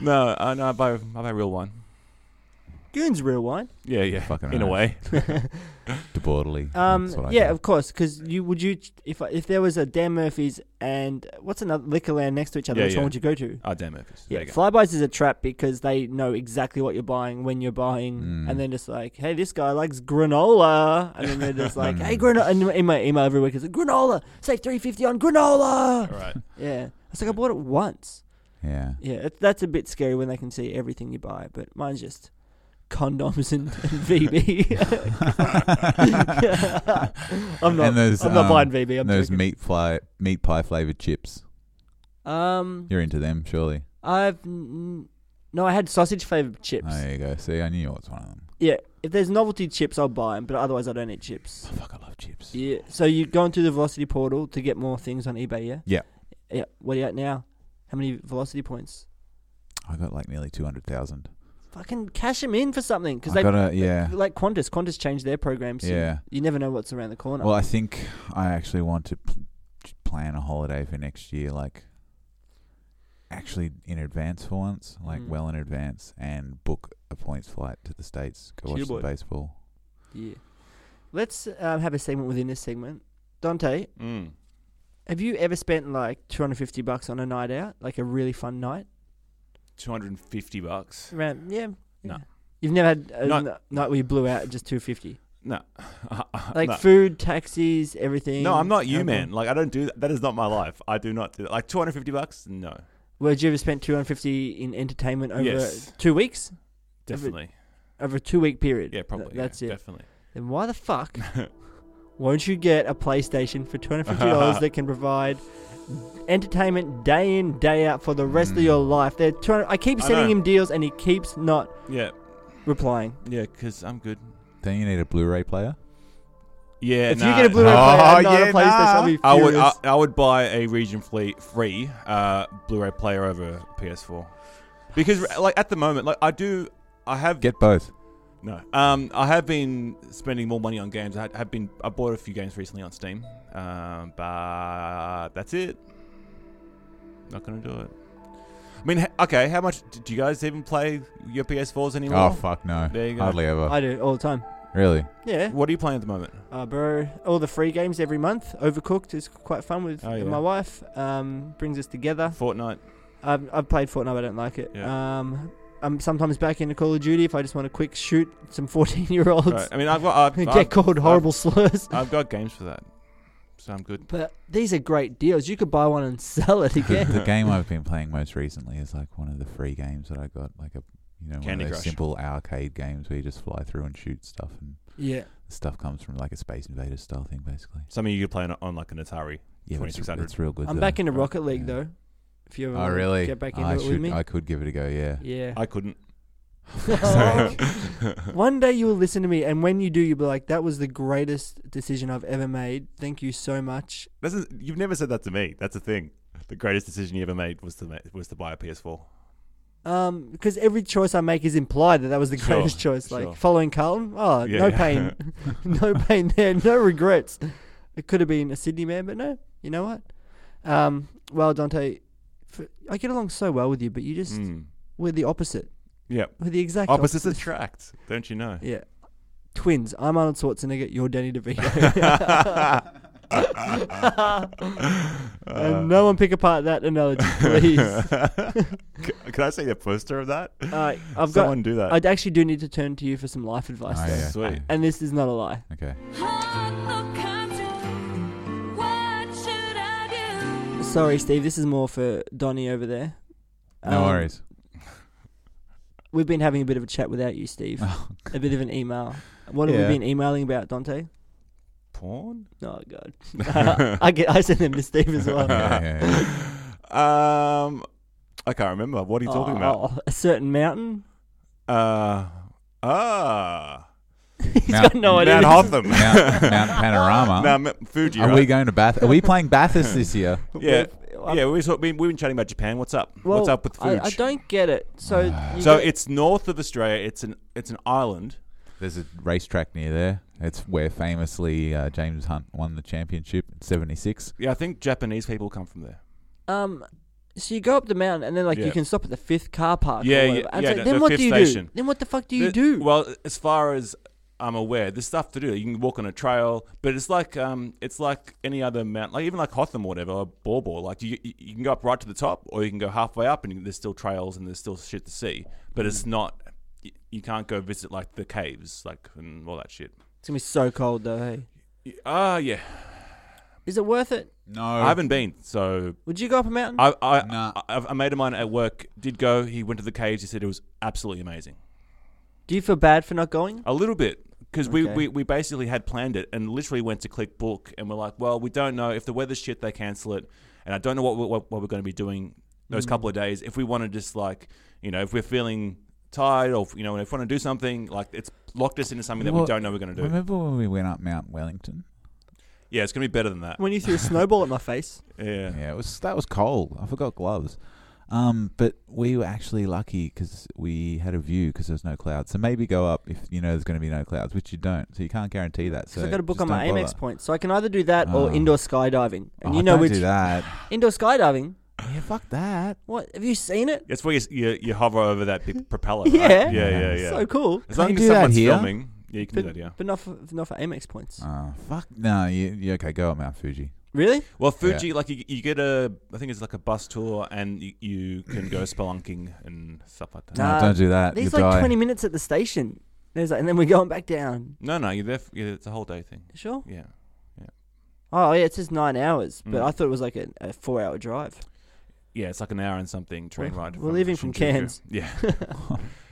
no, uh, no, I buy I buy real wine.
Goon's real wine.
Yeah, yeah,
Fucking
in a
right.
way.
De Bordeley.
Um,
That's what I
yeah,
do.
of course, because you would you if if there was a Dan Murphy's and what's another Liquorland next to each other,
Yeah,
which
yeah.
one would you go to?
Ah, Dan Murphy's.
Yeah,
There you go.
flybys is a trap because they know exactly what you're buying when you're buying, and then just like, hey, this guy likes granola, and then they're [laughs] just like, hey, granola. And in my email every week is like, granola, save three fifty on granola.
All right.
Yeah, it's like I bought it once.
Yeah.
Yeah, it, that's a bit scary when they can see everything you buy, but mine's just condoms and, and
[laughs]
VB. [laughs] I'm not.
and there's,
I'm not
um,
buying VB. I'm
those
joking.
meat pie, meat pie flavored chips.
um,
You're into them, surely.
I've n- no. I had sausage flavored chips.
Oh, there you go. See, I knew it was one of them.
Yeah, if there's novelty chips, I'll buy them, but otherwise, I don't eat chips.
Oh, Fuck, I love chips.
Yeah. So you go into the Velocity portal to get more things on eBay. Yeah.
Yeah.
Yeah. What are you at now? How many Velocity points?
I got like nearly two hundred thousand.
Fucking cash them in for something because
I
they
got a yeah.
like Qantas. Qantas changed their program. So
Yeah.
You never know what's around the corner.
Well, I think I actually want to p- plan a holiday for next year, like actually in advance for once, like
Mm.
well in advance, and book a points flight to the states, go watch
Cheer
some
boy.
baseball.
yeah. Let's um, have a segment within this segment. Dante,
Mm.
have you ever spent like 250 bucks on a night out, like a really fun night?
Two hundred and fifty bucks.
Around, yeah.
No.
yeah. You've never had a
No.
n- night where you blew out at just 250.
No, [laughs]
like
no.
food, taxis, everything. Um,
No, I'm not you,
alcohol.
man. Like I don't do that. That is not my life. I do not do that. Like 250 bucks? No,
Well, did you ever spend 250 in entertainment over
Yes.
two weeks?
definitely.
Over a two week period?
Yeah,
Th-
probably.
that's
yeah,
it.
Definitely.
Then why
[laughs]
the fuck won't you get a PlayStation for
[laughs]
$250 that can provide entertainment day in, day out for the rest of your life? They're trying, I keep
Mm. I
sending
know.
him deals and he keeps not
Yeah,
replying.
yeah. Because I'm good.
Don't you need a Blu-ray player?
Yeah.
if
nah. Oh,
you get a Blu ray player and not a PlayStation, I'll be furious.
I would. I, I would buy a region free free uh, Blu-ray player over PS4 because like at the moment, like I do. I have
Get both.
no. Um, I have been spending more money on games. I had- have been. I bought a few games recently on Steam. Um, but that's it. Not gonna do it. I mean, h- okay. How much do you guys even play your PS4s anymore?
Oh fuck no.
There you go.
Hardly ever.
I do all the time.
really?
Yeah.
What are you playing at the moment?
Uh, bro, all the free games every month. Overcooked is quite fun with
Oh, yeah.
my wife. Um, brings us together. [laughs]
Fortnite.
I've, I've played Fortnite, but I don't like it. Um, I'm sometimes back into Call of Duty if I just want to quick shoot some [laughs] 14 year olds
Right. I mean, I've got. I've,
and
I've,
[laughs] get called horrible slurs.
I've got games for that, so I'm good.
But these are great deals. You could buy one and [laughs] sell it
[laughs]
again.
the game I've been playing most recently is like one of the free games that I got, like a you know one
Candy
of those
Crush.
simple arcade games where you just fly through and shoot stuff, and
yeah.
the stuff comes from like a Space Invaders style thing, basically.
Something you could play on, on like an Atari.
Yeah, but it's,
2600.
it's real good.
I'm
though.
back into Rocket League,
Yeah.
though. If you ever
Oh
wanna
really?
get back into
I
it
should.
with me.
I could give it a go. Yeah.
yeah.
I
[laughs]
couldn't.
[laughs]
[laughs]
Oh. One day you'll listen to me, and when you do, you'll be like, that was the greatest decision I've ever made. Thank you so much.
Doesn't you've never said that to me? That's the thing. The greatest decision you ever made was to ma- was to buy a PS4.
Um, because every choice I make is implied that that was the
Sure,
greatest [laughs] choice. Like
sure.
following Carlton, oh,
Yeah,
no
yeah.
pain,
[laughs]
no pain there, no regrets. It could have been a Sydney man, but no. You know what? Um, well, Dante, f I get along so well with you, but you just
Hmm.
we're the opposite.
Mm. Yeah.
We're the [laughs] exact
Opposites
opposite.
attract, don't you know?
Yeah. Twins. I'm Arnold Schwarzenegger. You're Danny
[laughs]
DeVito.
Uh,
and no one pick apart that analogy, please.
[laughs] Can can I see a poster of that?
Uh, I've got.
Someone do that.
I actually do need to turn to you for some life advice.
Oh,
though.
yeah.
Sweet.
And this is not a lie.
Okay.
What should I do?
Sorry, Steve. This is more for Donnie over there.
No
Um,
worries.
We've been having a bit of a chat without you, Steve.
Oh,
a bit of an email. What have
Yeah.
we been emailing about, Dante?
Porn?
Oh
[laughs]
God, [laughs] I get I send them to Steve as well.
Yeah, yeah, yeah.
Um, I can't remember. What are you talking
Oh,
about?
oh, a certain mountain. [laughs]
Uh, ah,
[laughs] He's
Mount-
got no idea.
Mount
This is-
Hotham.
Mount, Mount
[laughs]
Panorama.
Now, Ma- Fuji.
are
right?
we going to Bath? Are we playing
[laughs]
Bathurst this year?
[laughs]
yeah,
I'm-
yeah. We saw, we, we've been chatting about Japan. What's up?
uh, Well,
What's up with Fuji?
I, I don't get it. So, you
Uh, so
get-
it's north of Australia. It's an it's an island.
There's a racetrack near there. It's where famously uh, James Hunt won the championship in '76.
Yeah, I think Japanese people come from there.
um, so you go up the mountain and then like
Yeah.
you can stop at the fifth car park. or
Yeah, yeah,
whatever. And
yeah,
so
the-
then
the
what
fifth
do you
station.
do? Then what the fuck do you
The-
do?
Well, as far as I'm aware, there's stuff to do. You can walk on a trail, but it's like um, it's like any other mountain, like even like Hotham or whatever, or Borbor. Like you, you you can go up right to the top, or you can go halfway up, and you- there's still trails and there's still shit to see. But it's not. you- You can't go visit like the caves, like and all that shit.
it's gonna be so cold though. Hey,
Y- Ah, yeah.
is it worth it?
No,
I haven't been, so
Would you go up a mountain?
I I,
Nah.
I a mate of mine at work did go. He went to the caves. He said it was absolutely amazing.
do you feel bad for not going?
A little bit. Because we,
Okay.
we, we basically had planned it and literally went to click book and we're like, well, we don't know. If the weather's shit, they cancel it. And I don't know what, we- what, what we're going to be doing those couple of days. If we want to just like, you know, if we're feeling tired or, you know, if we want to do something, like it's locked us into something that
Well,
we don't know we're going to do.
Remember when we went up Mount Wellington?
Yeah, it's going to be better than that.
When
[laughs]
you threw a snowball at my face.
Yeah.
Yeah, it was that was cold. I forgot gloves. Um, but we were actually lucky because we had a view because there was no clouds. So maybe go up if you know there's going to be no clouds, which you don't. So you can't guarantee that. So
Because I got a book
just
on my
don't
Amex
bother.
points, so I can either do that
Oh.
or indoor skydiving. And
Oh,
you know
don't
which
do
[laughs]
that.
indoor skydiving?
yeah, fuck that.
What have you seen it?
That's where you, s- you, you hover over that big propeller. right?
Yeah.
Yeah, yeah, yeah.
So cool,
as long
Can't
as
do that
someone's
here.
filming, yeah, you can
but,
do that, yeah.
but not for not for Amex points.
Oh, fuck no. You, you okay? Go up Mount Fuji.
Really?
Well, Fuji, like you, you get a, I think it's like a bus tour, and you, you can go spelunking and stuff like that.
No,
Nah,
don't do that.
There's
You'll
like
die.
20 minutes at the station. There's like, and then we're going back down.
No, no, you're there. For, yeah, it's a whole day thing.
Sure.
Yeah,
Oh yeah, it says nine hours, but
Mm.
I thought it was like a, a four-hour drive. [laughs]
yeah, it's like an hour and something train
We're-
ride.
we're leaving from
Shinjuku.
Cairns.
Yeah,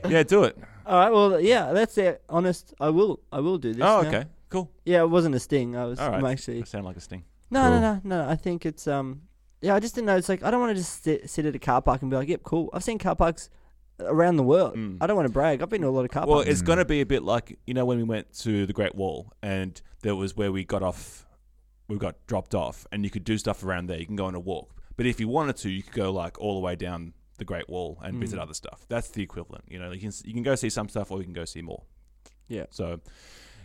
yeah, do it.
All right. Well, yeah, that's it. Honest, I will. I will do this.
oh,
now.
okay, cool.
Yeah, it wasn't a sting. I was.
All right,
I'm actually.
I sound like a sting.
No,
Cool.
no, no, no. I think it's um. Yeah, I just didn't know. It's like I don't want to just sit, sit at a car park and be like, "Yep, cool." I've seen car parks around the world.
Mm.
I don't want to brag. I've been to a lot of car
Well,
parks.
it's going to be a bit like you know when we went to the Great Wall, and there was where we got off, we got dropped off, and you could do stuff around there. You can go on a walk, but if you wanted to, you could go like all the way down the Great Wall and visit other stuff. That's the equivalent. You know, you can you can go see some stuff, or you can go see more.
Yeah.
So,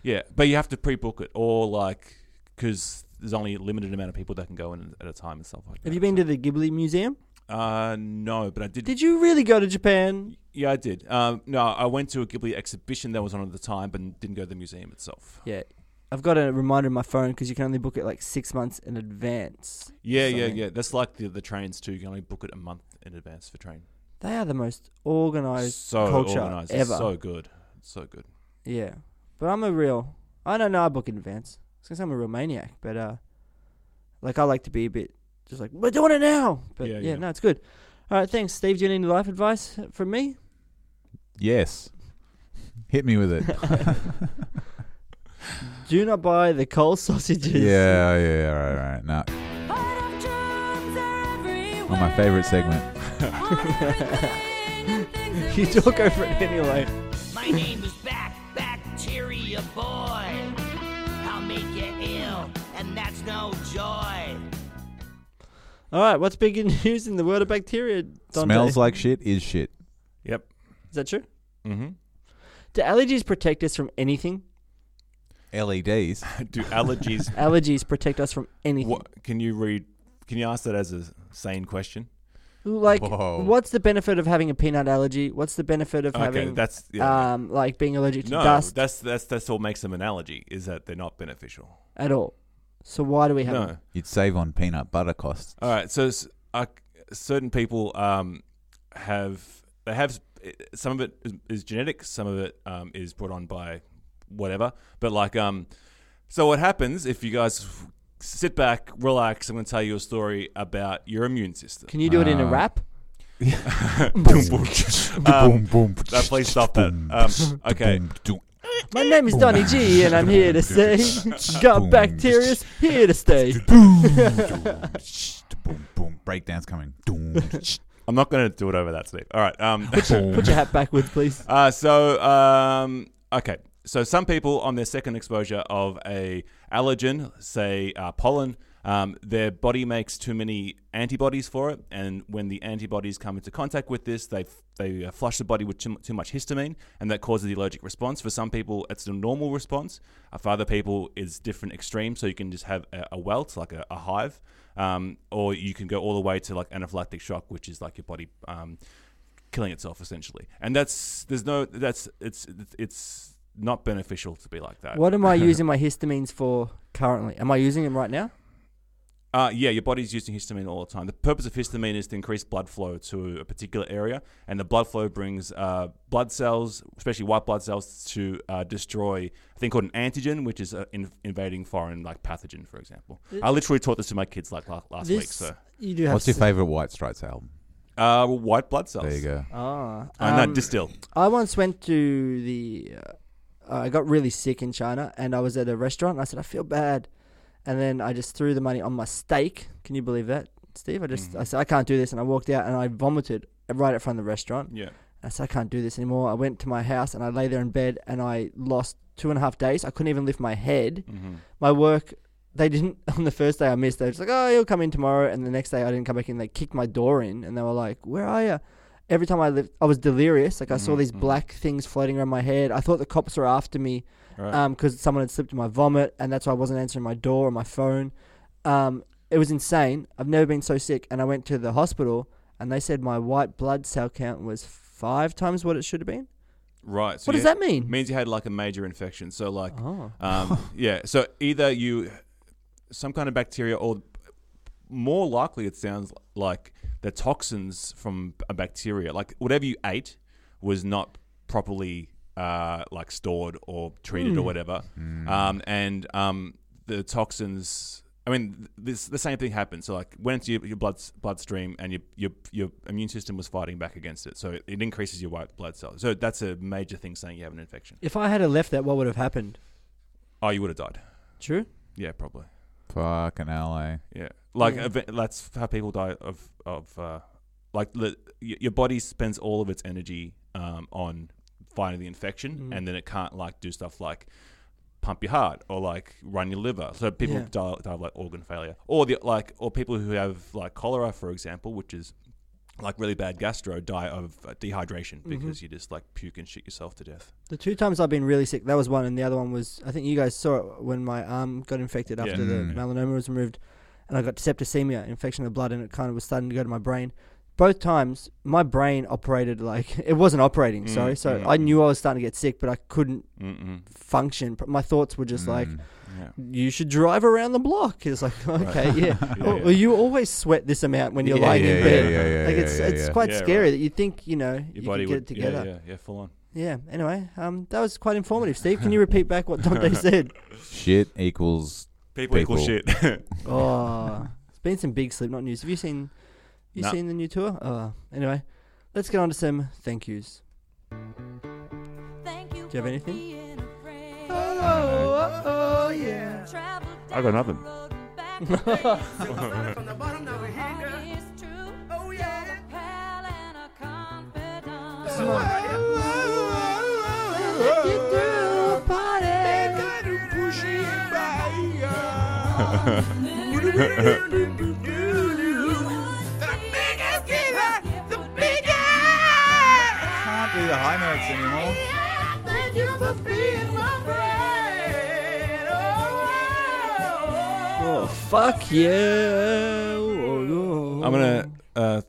yeah, but you have to pre-book it, or like because there's only a limited amount of people that can go in at a time and stuff like that.
Have you been to the Ghibli Museum?
Uh, no, but I did.
Did you really go to Japan?
yeah, I did. Um, no, I went to a Ghibli exhibition that was on at the time, but didn't go to the museum itself.
Yeah. I've got a reminder on my phone because you can only book it like six months in advance.
Yeah, yeah,
something.
yeah. That's like the the trains too. You can only book it a month in advance for train.
They are the most organized
so
culture
organized. It's
ever.
so good. It's so good.
Yeah. But I'm a real. I don't know. I book in advance. It's because I'm a real maniac. But uh, like I like to be a bit just like we're doing it now. But yeah,
Yeah, yeah.
no, it's good. All right, thanks, Steve. Do you need any life advice from me?
Yes. [laughs] Hit me with it.
Do not buy the cold [laughs] sausages.
yeah, yeah, all right, all right. No,
Well,
well, my favorite segment.
you talk over it anyway.
My name is Back Bacteria Boy. I'll make you ill, and that's no joy.
All right, what's big in [laughs] news in the world of bacteria? [laughs] Dante?
Smells like shit is shit.
Yep.
Is that true?
Mm-hmm.
Do allergies protect us from anything?
LEDs.
[laughs] Do
[laughs]
allergies?
Allergies protect us from anything.
what can you read? Can you ask that as a sane question?
Like,
Whoa.
what's the benefit of having a peanut allergy? What's the benefit of
Okay,
having
that's yeah.
um like being allergic to
no,
dust
that's that's that's what makes them an allergy is that they're not beneficial.
at all? So why do we have?
No.
You'd save on peanut butter
[laughs]
costs.
All right. So s- uh, certain people um, have they have some of it is, is genetic, some of it um, is brought on by whatever. But like, um, so what happens if you guys s- sit back, relax. I'm going to tell you a story about your immune system.
Can you do it in a
Ah.
rap?
[laughs]
Um,
boom.
that place stopped that. Um,
[laughs]
okay.
My name is Donny G, and I'm here to say, got bacteria's here
[laughs]
to stay.
boom, boom. Breakdown's coming. [laughs] Doom.
I'm not going to do it over that sleep. All right. Um,
Put your hat backwards, please.
Uh, so um, okay, so some people on their second exposure of a allergen, say uh, pollen, um, their body makes too many antibodies for it, and when the antibodies come into contact with this, they they uh, flush the body with too, mu- too much histamine, and that causes the allergic response. For some people, it's a normal response. Uh, For other people, it's different extremes. So you can just have a, a welt, like a, a hive. Um, or you can go all the way to like anaphylactic shock, which is like your body um, killing itself essentially and that's there's no that's it's it's not beneficial to be like that
What
[laughs]
am I using my histamines for currently? Am I using them right now?
uh, yeah your body's using histamine all the time the purpose of histamine is to increase blood flow to a particular area and the blood flow brings uh, blood cells especially white blood cells to uh, destroy a thing called an antigen which is uh, in, invading foreign like pathogen for example i literally taught this to my kids like la- last week so
you do have.
What's your favorite White Stripes album?
uh, well, white blood cells
There you go.
Ah,
uh, no,
um,
distill
I once went to the. Uh, I got really sick in China, and I was at a restaurant. And I said, "I feel bad," and then I just threw the money on my steak. Can you believe that, Steve? I just I said I can't do this, and I walked out and I vomited right in front of the restaurant.
yeah
I said I can't do this anymore. I went to my house and I lay there in bed, and I lost two and a half days. I couldn't even lift my head.
Mm-hmm.
My work. They didn't [laughs] on the first day I missed. They were just like, "Oh, you'll come in tomorrow," and the next day I didn't come back in. They kicked my door in, and they were like, "Where are you?" every time I lived, I was delirious. Like I
Mm-hmm,
saw these black things floating around my head. I thought the cops were after me
Right.
because someone had slipped in my vomit, and that's why I wasn't answering my door or my phone. Um, it was insane. I've never been so sick, and I went to the hospital, and they said my white blood cell count was five times what it should have been.
Right. So
What does
you-
that mean? Oh.
Means you had like a major infection. So like, um, yeah. So either you, some kind of bacteria, or more likely, it sounds like the toxins from a bacteria, like whatever you ate, was not properly uh, like stored or treated or whatever, um, and um, the toxins. I mean, th- this the same thing happened. So like, went into your, your blood bloodstream, and your, your your immune system was fighting back against it. So it increases your white blood cells. So that's a major thing saying you have an infection.
If I had left that, what would have happened?
Oh, you would have died.
True.
Yeah, probably.
Fucking LA.
Yeah, like
Yeah.
ev- that's how people die of of uh, like the, y- your body spends all of its energy um, on fighting the
Mm.
infection, and then it can't like do stuff like pump your heart or like run your liver. So people
Yeah.
die, die of like organ failure, or the like, or people who have like cholera, for example, which is like really bad gastro, die of uh, dehydration
Mm-hmm.
because you just like puke and shit yourself to death.
The two times I've been really sick, that was one, and the other one was I think you guys saw it when my arm got infected after the
Mm.
melanoma was removed, and I got septicemia, infection of the blood, and it kind of was starting to go to my brain. Both times, my brain operated like [laughs] it wasn't operating.
Mm,
sorry, so I knew I was starting to get sick, but I couldn't
Mm-mm.
function. P- My thoughts were just like,
Mm.
Mm. Yeah.
"You should drive around the block." It's like, okay,
[laughs]
yeah.
Yeah,
Or-
yeah.
or you always sweat this amount when you're
Yeah,
lying
yeah,
in
yeah,
bed.
yeah, yeah,
like
yeah,
it's
yeah,
it's
yeah.
quite
Yeah,
scary
right.
that you think you know
Your
you
body
could get
would
it together.
Yeah, yeah, yeah, full on.
Yeah. Anyway, um, that was quite informative. Steve, can you repeat back what
[laughs]
Dante said?
Shit equals.
People, equal
[laughs]
shit. [laughs]
People.
Oh, it's been some big sleep, not news. Have you seen? You
No.
seen the new tour? Oh, anyway, let's get on to some thank yous.
Thank you
Do you have anything?
Oh,
oh,
[laughs]
I got nothing.
Oh,
Can't do the high notes anymore.
Oh fuck yeah! Oh, oh.
I'm gonna uh,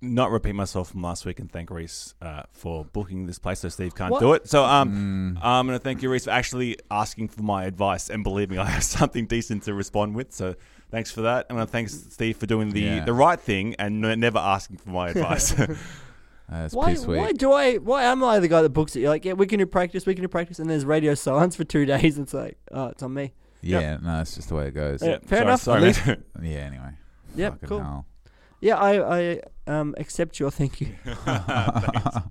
not repeat myself from last week and thank Reese uh, for booking this place so Steve can't
What?
do it. So um,
Mm.
I'm gonna thank you, Reese, for actually asking for my advice and believe me, [laughs] I have something decent to respond with. So thanks for that. I'm gonna thank Steve for doing the
Yeah.
the right thing and n- never asking for my advice.
[laughs]
[laughs]
That's
Why,
uh, piss weak.
why do I? Why am I [laughs] the guy that books it? You're like, yeah, we can do practice, we can do practice, and there's radio silence for two days. It's like, oh, it's on me.
Yeah, no, it's just the way it goes.
Yeah, fair enough, at least-
man.
Yeah, anyway.
Yeah,
Fucking
cool.
hell.
Yeah, I, I um, accept your thank you. [laughs]
I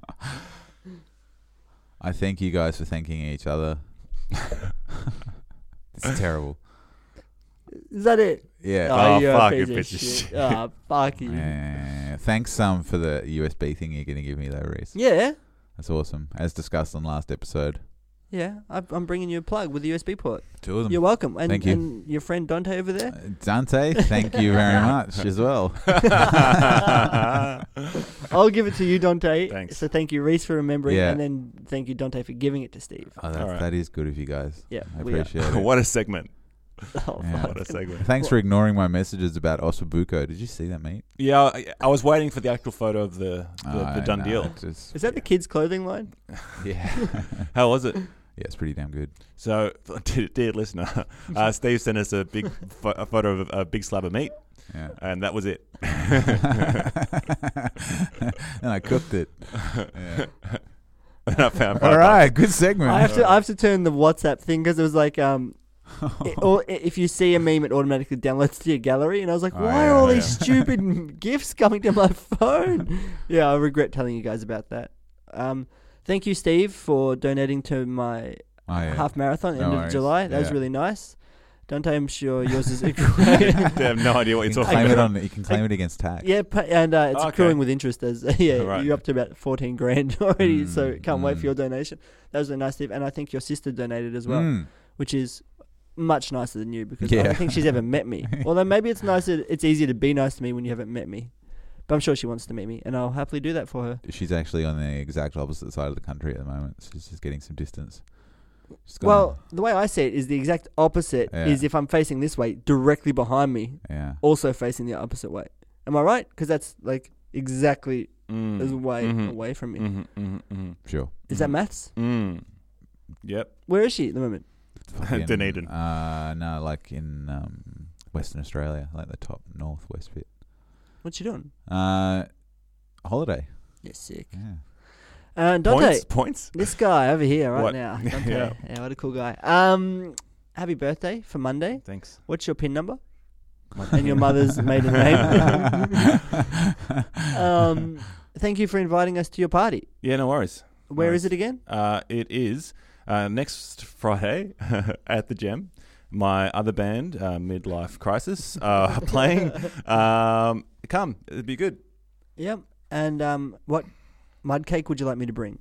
thank you guys for thanking each
[laughs]
other. this is terrible.
Is that it?
Yeah.
Oh,
you're a
fuck, you
piece of
bitch of shit.
Ah,
[laughs]
fuck you. Yeah.
Yeah. Thanks um for the USB thing you're gonna give me though, Reese.
yeah,
That's awesome. As discussed on last episode.
I, I'm bringing you a plug with a USB port.
Two of
You're
them.
welcome. And,
Thank you.
and your friend Dante over there.
[laughs] Uh, Dante, thank you
[laughs]
very much as
[laughs]
well. [laughs] Oh,
I'll give it to you, Dante.
Thanks.
So thank you, Reese, for remembering,
Yeah.
and then thank you, Dante, for giving it to Steve.
Oh, that's,
right.
That is good of you guys.
Yeah,
I
we are.
appreciate it.
[laughs] what a segment.
[laughs] Oh,
Yeah.
What a segment.
Thanks for ignoring my messages about Osabuco. Did you see that, mate?
Yeah, I, I was waiting for the actual photo of the, the, the
I
done
know,
deal.
it's just- [laughs]
Is that the kids' clothing line?
yeah. [laughs] yeah,
How was it?
it's pretty damn good.
So, [laughs] dear, dear listener,
[laughs]
uh, Steve sent us a big pho- a photo of a big slab of meat,
Yeah.
and that was it. [laughs]
[laughs] and I cooked
[laughs]
it. Yeah.
And I found
All right, good segment.
I have to I have to turn the WhatsApp thing because it was
[laughs]
like um, it, or i- if you see a meme, it automatically downloads to your gallery, and I was like,
Oh,
why
yeah,
are all
yeah.
these stupid [laughs] gifts coming to
[laughs]
my phone? yeah, I regret telling you guys about that. Um, thank you, Steve, for donating to my
Oh, yeah.
[laughs]
half marathon
No
end of
worries.
July. That was
Yeah.
really nice. Dante, I'm sure
[laughs]
yours is [laughs]
They have no idea
You
what you're
can
talking
claim it
about.
on. You can claim it against tax.
Yeah, pa- and uh, it's
Okay.
accruing with interest as [laughs] yeah,
Right.
you're up to about fourteen grand [laughs] already. so
Mm,
can't wait
mm.
for your donation. That was a nice tip, and I think your sister donated as well,
Mm.
which is much nicer than you because I
Yeah.
don't think she's ever
[laughs]
met me. Although maybe it's nicer, it's easier to be nice to me when you haven't met me. But I'm sure she wants to meet me, and I'll happily do that for her.
She's actually on the exact opposite side of the country at the moment. She's just getting some distance. She's gone.
Well, the way I see it is the exact opposite.
Yeah.
Is if I'm facing this way, directly behind me,
yeah.
also facing the opposite way. Am I right? Because that's like exactly
Mm.
as way
Mhm.
away from me.
Mhm, mhm, mhm,
Sure.
Is that maths?
mm. Yep.
Where is she at the moment?
Fucking,
Dunedin.
Uh, no, like in um, Western Australia, like the top northwest bit.
What's she doing?
Uh, holiday.
Yeah, sick.
Yeah.
And Uh, Dante,
Points? Points?
this guy over here right
What?
now. Dante.
Yeah.
yeah. what a cool guy. Um, happy birthday for Monday.
Thanks.
What's your pin number and your mother's maiden name?
[laughs]
um, thank you for inviting us to your party.
[laughs] Yeah, no worries.
Where is
Nice.
it again?
Uh, it is uh, next Friday [laughs] at the gym. My other band, uh, Midlife Crisis, uh,
[laughs]
playing. Um, come, it'd be good.
Yep. And um, what mud cake would you like me to bring?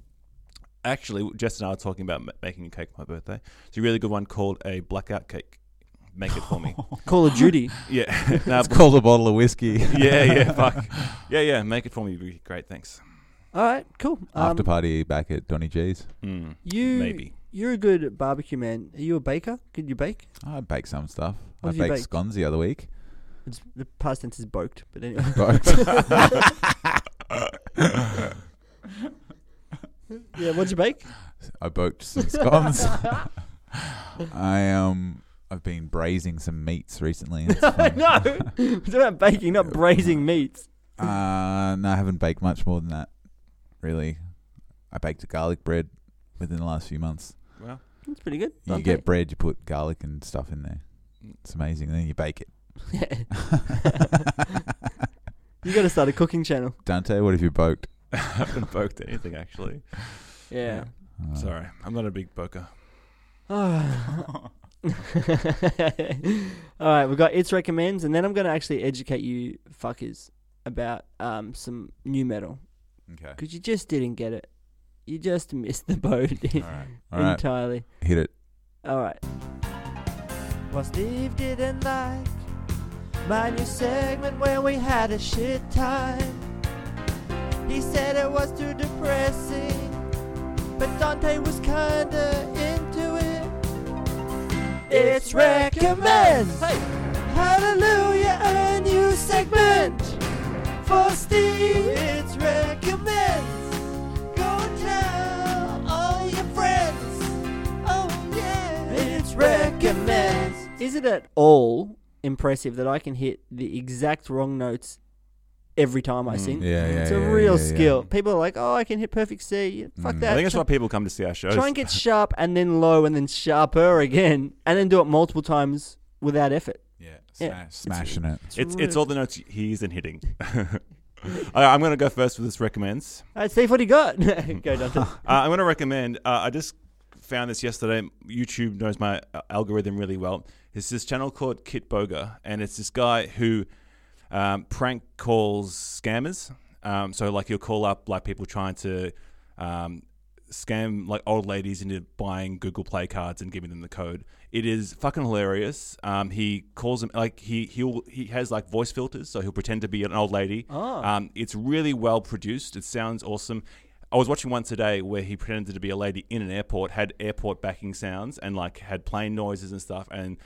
Actually, Jess and I were talking about ma- making a cake for my birthday. It's a really good one called a blackout cake. Make it
[laughs]
for me.
Call of Duty.
yeah, [laughs] no,
It's called a bottle of whiskey. [laughs]
yeah, yeah, fuck, yeah, yeah. Make it for me. It'd be great, thanks.
All right, cool. Um,
After party back at Donny G's.
Mm,
you,
maybe.
You're a good barbecue man. Are you a baker? Could you bake?
I baked some stuff.
What have
I
you
baked
baked?
scones the other
[laughs]
week.
It's, the past tense is boked, but anyway. [laughs] yeah, what'd you bake?
I baked some
[laughs]
scones. I um I've been braising some meats recently.
[laughs]
It's
I
fun.
know. It's about baking, not braising meats.
Uh, no, I haven't baked much more than that. Really, I baked a garlic bread within the last few months.
Well, [laughs]
That's pretty good.
You get bread, you put garlic and stuff in there. It's amazing. Then you bake it.
[laughs] Yeah. you got to start a cooking channel.
Dante, what have you baked?
I haven't poked anything actually.
Yeah.
Uh,
Sorry, I'm not a big
Uh,
poker.
[sighs] All right, we've got its recommends, and then I'm going to actually educate you fuckers about um, some new metal
Okay.
because you just didn't get it. You just missed the boat [laughs]
All right. All right.
entirely.
Hit it.
All right. Well, Steve didn't like my new segment where we had a shit time. He said it was too depressing, but Dante was kinda into it. It's recommends. Hey. Hallelujah, a new segment for Steve. It's recommends. Go tell all your friends. Oh yeah, it's recommends. Is it at all impressive that I can hit the exact wrong notes every time I sing.
Yeah, yeah,
It's a
yeah,
real
yeah, yeah.
skill. People are like, oh, I can hit perfect C. Yeah, Fuck that.
I think that's
Try-
why people come to see our shows.
Try and
[laughs]
get sharp and then low and then sharper again and then do it multiple times without effort.
Yeah,
Yeah.
smash, smashing it.
it's it's all the notes he isn't hitting. [laughs] all right, I'm going to go first with this recommends.
All right, Steve, what do
[laughs]
you got? [laughs] Go, Dante.
Uh, I'm going to recommend. Uh, I just found this yesterday. YouTube knows my uh, algorithm really well. It's this channel called Kit Boga, and it's this guy who um, prank calls scammers. Um, so like he'll call up like people trying to um, scam like old ladies into buying Google Play cards and giving them the code. It is fucking hilarious. Um, he calls them like he he'll he has like voice filters, so he'll pretend to be an old lady. Um, it's really well produced. It sounds awesome. I was watching one today where he pretended to be a lady in an airport, had airport backing sounds, and like had plane noises and stuff, and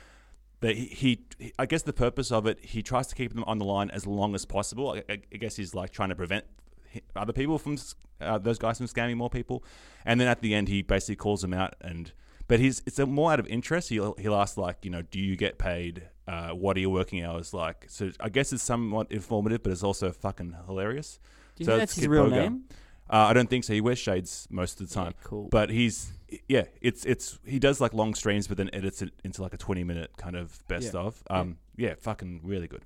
that he, he I guess the purpose of it, he tries to keep them on the line as long as possible. I, I I guess he's like trying to prevent hi- other people from s- uh, those guys from scamming more people, and then at the end he basically calls them out and. But he's it's a more out of interest. He'll he'll ask like you know, do you get paid? Uh, what are your working hours like? So I guess it's somewhat informative, but it's also fucking hilarious.
Do you
so
think
it's
that's his
Kid
real
Boga.
name?
Uh, I don't think so. He wears shades most of the time.
cool.
But he's yeah, it's it's he does like long streams, but then edits it into like a twenty minute kind of best
Yeah.
of. Um, yeah. fucking really good.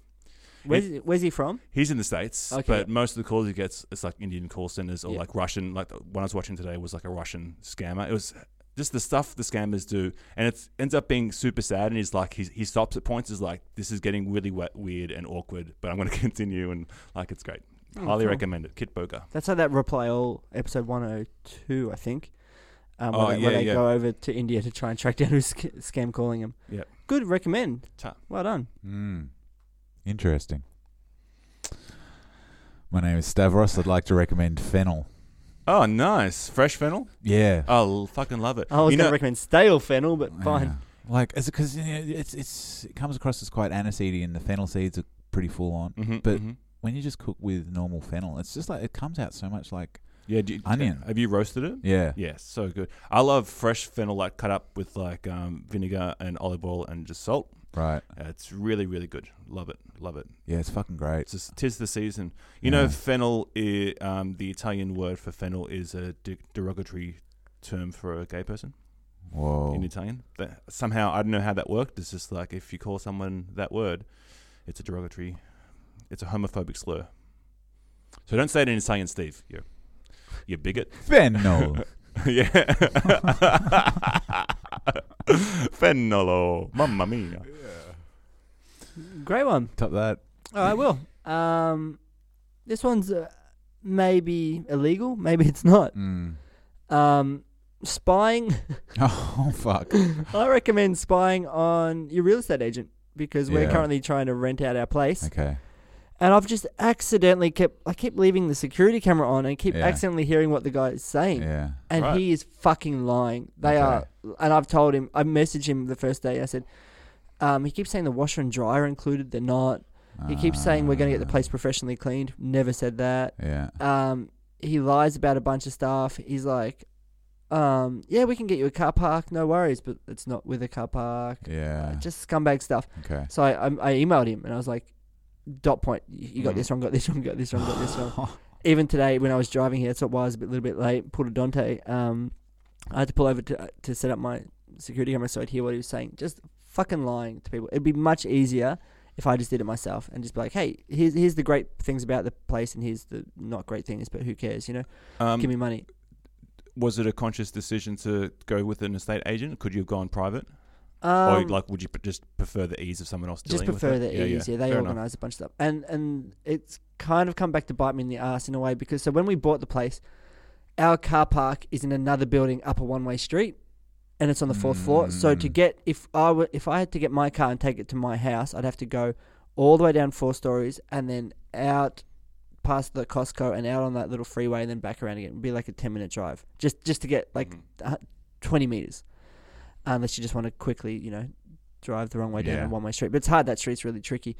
Where's, where's he from?
He's in the states,
Okay.
but most of the calls he gets it's like Indian call centers or
Yeah.
like Russian. Like the one I was watching today was like a Russian scammer. It was just the stuff the scammers do, and it ends up being super sad. And he's like, he he stops at points. Is like, this is getting really we- weird and awkward, but I'm going to [laughs] continue. And like, it's great.
Oh,
Highly recommend it. Kit Boga.
That's how that Reply All episode 102, I think. Um, where
Oh,
they, where
yeah,
they
yeah.
go over to India to try and track down who's sc- scam calling him.
Yep.
Good recommend.
Ta-
Well done.
Mm. Interesting. My name is Stavros. I'd like to recommend fennel.
Oh, nice. Fresh fennel.
Yeah.
Oh, fucking love it.
I was
you
going
know,
to recommend stale fennel, but fine.
Yeah. Like, is it because you know, it's it's it comes across as quite aniseedy, and the fennel seeds are pretty full on.
Mhm,
but
mhm.
when you just cook with normal fennel, it's just like it comes out so much like
yeah, do you-
onion.
Have you roasted it?
yeah.
Yeah, so good. I love fresh fennel, like cut up with like um, vinegar and olive oil and just salt.
Right.
Uh, it's really, really good. Love it, love it.
Yeah, it's fucking
It's
great.
just tis the season. You
Yeah.
know, fennel. i um, the Italian word for fennel is a de- derogatory term for a gay person
Oh.
in
Whoa.
Italian. That, somehow, I don't know how that worked. It's just like if you call someone that word, it's a derogatory, it's a homophobic slur. So don't say it in Italian, Steve. You're, you're bigot. [laughs]
Fennel.
yeah. [laughs] Fennolo, mamma mia.
Great one.
Top that.
Oh,
[laughs]
I will. Um, this one's uh, maybe illegal, maybe it's not.
Mm.
Um, spying.
[laughs] Oh fuck.
[laughs] I recommend spying on your real estate agent because we're
Yeah.
currently trying to rent out our place,
Okay.
and I've just accidentally kept. I keep leaving the security camera on and keep
Yeah.
accidentally hearing what the guy is saying.
Yeah.
And
Right.
he is fucking lying. They
Okay.
are, and I've told him. I messaged him the first day. I said, um, he keeps saying the washer and dryer are included. They're not. He keeps saying we're going
Ah.
to get the place professionally cleaned. Never said that.
Yeah.
Um, he lies about a bunch of stuff. He's like, um, yeah, we can get you a car park, no worries, but it's not with a car park. Uh,
Yeah.
just scumbag stuff.
Okay.
So I, I, I emailed him and I was like, dot point, you you got
Mhm.
this wrong, got this wrong, got this wrong, got this
[laughs]
wrong. Even today when I was driving here, that's what why I was a bit, little bit late, pulled a Dante. Um, I had to pull over to, uh, to set up my security camera so I'd hear what he was saying. Just fucking lying to people. It'd be much easier if I just did it myself and just be like, hey, here's, here's the great things about the place and here's the not great things, but who cares, you know?
Um,
Give me money.
was it a conscious decision to go with an estate agent? Could you have gone private,
Um,
or like would you p- just prefer the ease of someone else
just
dealing with
prefer
it?
the ease. Yeah, they
Fair enough.
organise a bunch of stuff, and and it's kind of come back to bite me in the ass in a way because so when we bought the place, our car park is in another building up a one way street, and it's on the fourth floor. So to
Mm.
get if I were if I had to get my car and take it to my house, I'd have to go all the way down four stories and then out past the Costco and out on that little freeway and then back around again. It'd be like a ten minute drive just just to get
Mm.
like uh, twenty meters, unless you just want to quickly you know drive the wrong way down
Yeah.
a one way street. But it's hard. That street's really tricky.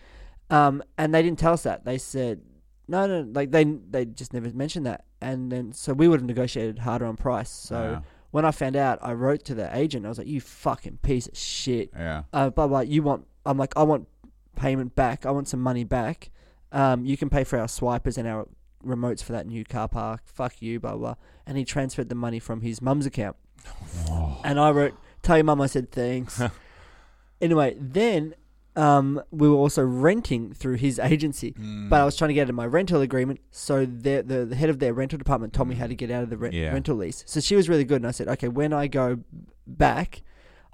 Um, and they didn't tell us that. They said no, no. Like they they just never mentioned that. And then so we would have negotiated harder on price. So
Yeah.
when I found out, I wrote to the agent. I was like, "You fucking piece of shit."
Yeah.
Uh, blah blah. You want? I'm like, I want payment back. I want some money back. um, you can pay for our swipers and our remotes for that new car park. Fuck you, blah, blah. And he transferred the money from his mum's account. And I wrote, tell your mum I said thanks. anyway, then um, we were also renting through his agency,
Mm.
Mm.
but I was trying to get out of my rental agreement. So the, the, the head of their rental department told me how to get out of the rent
Mm. Yeah.
rental lease. So she was really good. And I said, okay, when I go back,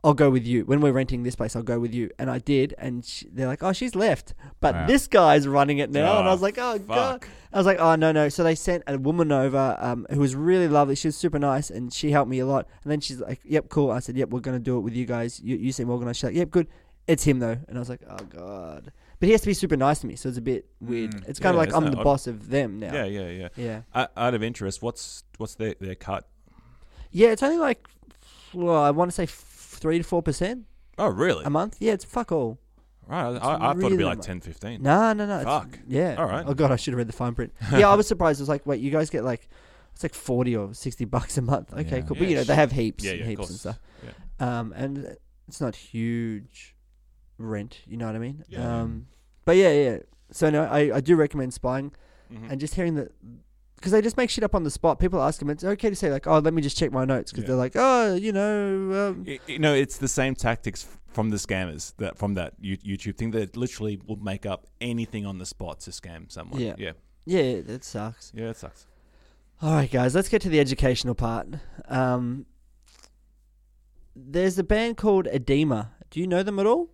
I'll go with you. When we're renting this place, I'll go with you. And I did. And sh they're like, oh, she's left. But
Wow. Ah,
this guy's running it now. and I
Oh,
was like, oh, God.
fuck.
I was like, oh, no, no. So they sent a woman over um, who was really lovely. She was super nice and she helped me a lot. And then she's like, yep, cool. I said, yep, we're going to do it with you guys. You, you seem organized. She's like, yep, good. It's him, though. And I was like, oh, God. But he has to be super nice to me. So it's a bit weird. It's kind
Mm. Yeah,
of like
isn't
I'm
it
the
odd?
boss of them now.
Yeah, yeah, yeah.
Yeah.
Uh, out of interest, what's what's their, their cut?
Yeah, it's only like, well, I want to say f- 3 to 4%
Oh, really?
a month. Yeah, it's fuck all.
right. I, I, I thought it'd
Um, really
be like
not-
10, 15.
No, no, no. it's-
Fuck.
Yeah.
All right.
Oh god, I should have read the
[laughs]
fine print. Yeah, I was surprised. It was like, wait, you guys get like it's like forty or sixty bucks a month. Okay,
Yeah.
cool.
Yeah,
but you know, they
sh-
have heaps
Yeah,
and
yeah, of
heaps and
course.
stuff.
Yeah.
Um and it's not huge rent, you know what I mean?
Yeah, yeah.
Um but yeah, yeah. So no, I, I do recommend spying
Mhm.
and just hearing that because they just make shit up on the spot. People ask them, it's okay to say like, oh, let me just check my notes because
Yeah.
they're like, oh, you know, um,
Y- You know, it's the same tactics f- from the scammers that from that Yo- YouTube thing that literally will make up anything on the spot to scam someone.
Yeah.
yeah,
yeah, that sucks.
yeah. That sucks.
All right, guys, let's get to the educational part. Um, there's a band called Edema. Do you know them at all?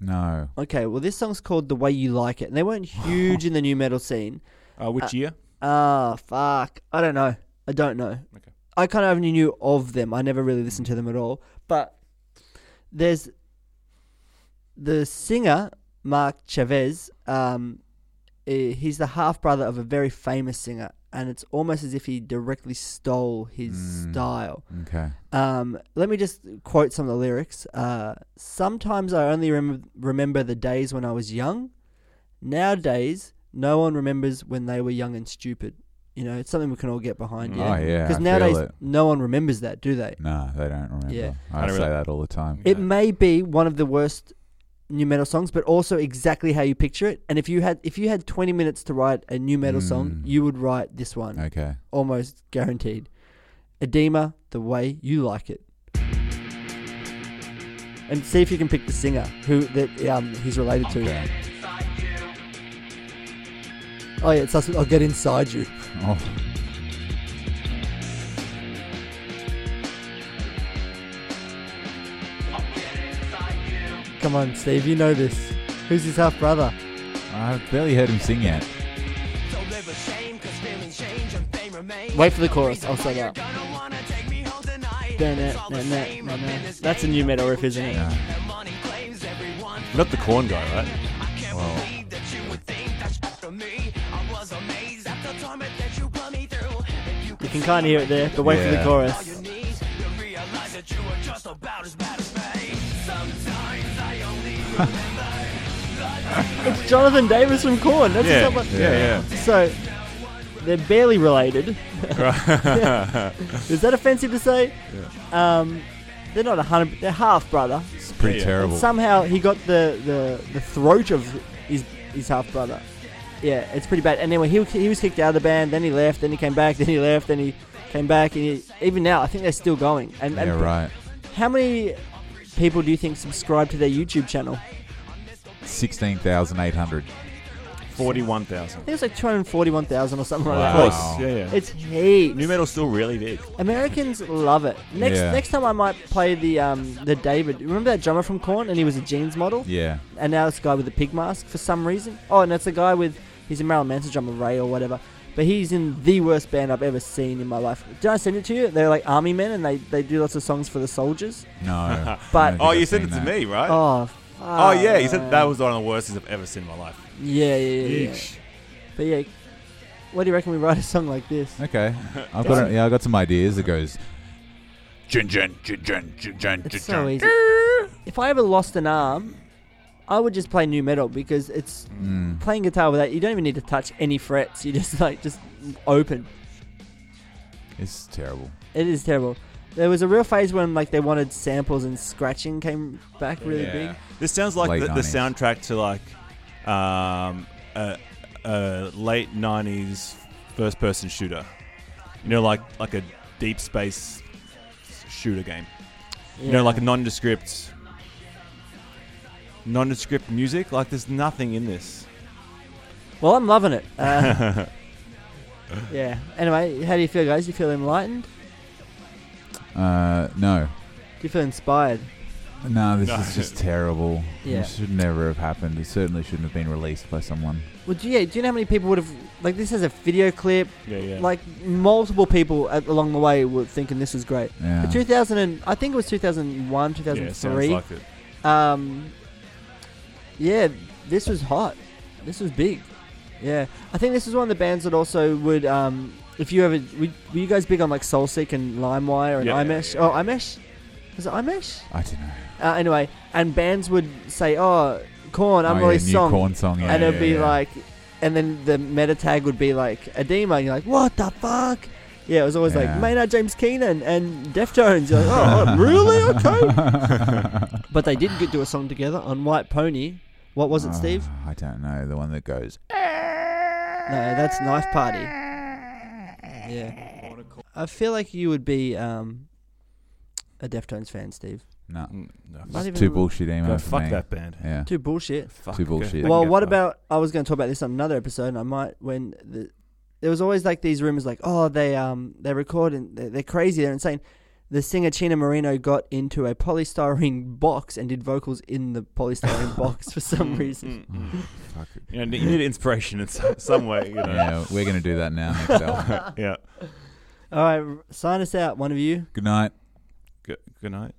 No.
Okay, well, this song's called The Way You Like It, and they weren't huge in the new metal scene.
Uh, which year?
Ah, fuck. I don't know. I don't know.
Okay.
I kind of only knew of them. I never really listened to them at all. But there's the singer, Mark Chavez. Um, eh, he's the half brother of a very famous singer, and it's almost as if he directly stole his
Mm.
style.
Okay.
Um, let me just quote some of the lyrics. Uh, Sometimes I only rem- remember the days when I was young. Nowadays, no one remembers when they were young and stupid. You know, it's something we can all get behind.
Mm.
Yeah,
Oh yeah. I
because
feel
nowadays
it.
no one remembers that, do they?
no, they don't remember.
Yeah.
I,
I don't
say
really-
that all the time.
It
Yeah.
may be one of the worst new metal songs, but also exactly how you picture it. And if you had if you had twenty minutes to write a new metal song,
Mm.
you would write this one,
Okay.
almost guaranteed. Edema, the way you like it. and see if you can pick the singer who that um, he's related to. Oh yeah, it's us. I'll get inside you.
Oh.
Come on, Steve, you know this. Who's his half brother?
I've barely heard him sing yet.
Wait for the chorus. I'll say that. That's a new metal riff, isn't it?
Not the corn guy, right?
You can kind of hear it there, but wait for the
Yeah.
chorus. it's Jonathan Davis from Corn. That's
Yeah,
what someone-
yeah,
So they're barely related.
yeah.
[laughs] Is that offensive to say? Um, they're not a hundred. They're half brother.
It's pretty
Yeah.
terrible.
And somehow he got the, the, the throat of his his half brother. Yeah, it's pretty bad. And anyway, he, wa- he was kicked out of the band, then he left, then he came back, then he left, then he came back. And he, even now, I think they're still going. And,
yeah,
and
right.
how many people do you think subscribe to their YouTube channel? I
Sixteen thousand eight hundred.
Forty-one thousand.
think it's like 241,000 or something
Of
like
Wow.
that.
course. Yeah, yeah.
It's heaps.
New metal's still really big.
Americans love it. Next
Yeah.
next time I might play the um the David. Remember that drummer from Korn and he was a jeans model?
Yeah.
And now this guy with the pig mask for some reason. Oh, and that's the guy with he's a Marilyn Manson drummer Ray or whatever. But he's in the worst band I've ever seen in my life. Did I send it to you? They're like army men and they, they do lots of songs for the soldiers.
No.
[laughs]
I don't
But-
think
Oh,
I've
you sent it
seen
to
that.
me, right?
Oh, uh,
Oh yeah, you said
fuck.
that was one of the worst things I've ever seen in my life.
Yeah, yeah, yeah. yeah.
Yeesh.
But yeah, what do you reckon we write a song like this?
[laughs]
Okay. I've got. A, yeah, I got some ideas. It goes. Jin jin jin jin jin jin jin.
It's so easy. If I ever lost an arm, I would just play new metal because it's
Mm.
playing guitar without you don't even need to touch any frets. You just like just open.
It's terrible.
It is terrible. There was a real phase when like they wanted samples and scratching came back really big.
This sounds like
Late
the, the
90s.
soundtrack to like um, a, a late '90s first-person shooter. You know, like like a deep space shooter game. You know, like a nondescript, nondescript music. Like there's nothing in this.
Well, I'm loving it. Uh,
[laughs]
yeah. Anyway, how do you feel, guys? You feel enlightened?
Uh, no.
Do you feel inspired?
No, this
No.
is just terrible.
Yeah.
This should never have happened. It certainly shouldn't have been released by someone.
Well, do you, yeah, do you know how many people would have like this as a video clip?
Yeah, yeah.
Like multiple people at, along the way were thinking this was great.
Yeah.
But 2000 and I think it was 2001,
yeah, sounds
2003.
like it.
um, yeah, this was hot. This was big. Yeah, I think this is one of the bands that also would. Um, if you ever were were you guys big on like Soulseek and LimeWire and
Yeah, yeah,
iMesh?
yeah.
Oh, iMesh. Was it iMesh?
I don't know.
Uh, anyway, and bands would say, "Oh, Corn,
oh,
unreleased
yeah,
song,"
New corn song. Yeah,
and it'd
yeah,
be
yeah.
like, and then the meta tag would be like edema. And you're like, what the fuck? Yeah, it was always
Yeah.
like Maynard James Keenan and Deftones. You're like, oh, [laughs] really? Okay.
[laughs]
but they did get do a song together on White Pony. What was it, Steve?
Ah, I don't know. The one that goes. Uh.
No, that's Knife Party. Yeah. I feel like you would be um, a Deftones fan, Steve.
No.
Mm, no.
Not even
It's too
a-
bullshit emo
God,
for
fuck
me.
that band.
Yeah.
Too bullshit.
Fuck,
Too
go-
bullshit.
they can
Well,
go
what
fuck.
about I was going to talk about this on another episode, and I might when the, there was always like these rumors, like oh they um they record and they're, they're crazy, they're insane. The singer Chino Marino got into a polystyrene box and did vocals in the polystyrene [laughs] box for some reason.
Mm, mm, mm.
Fuck it.
You, know, you need inspiration in some, some way. You know.
Yeah, we're gonna do that now. Next
[laughs]
album.
yeah.
All right, sign us out, one of you.
Good night.
Good, good night.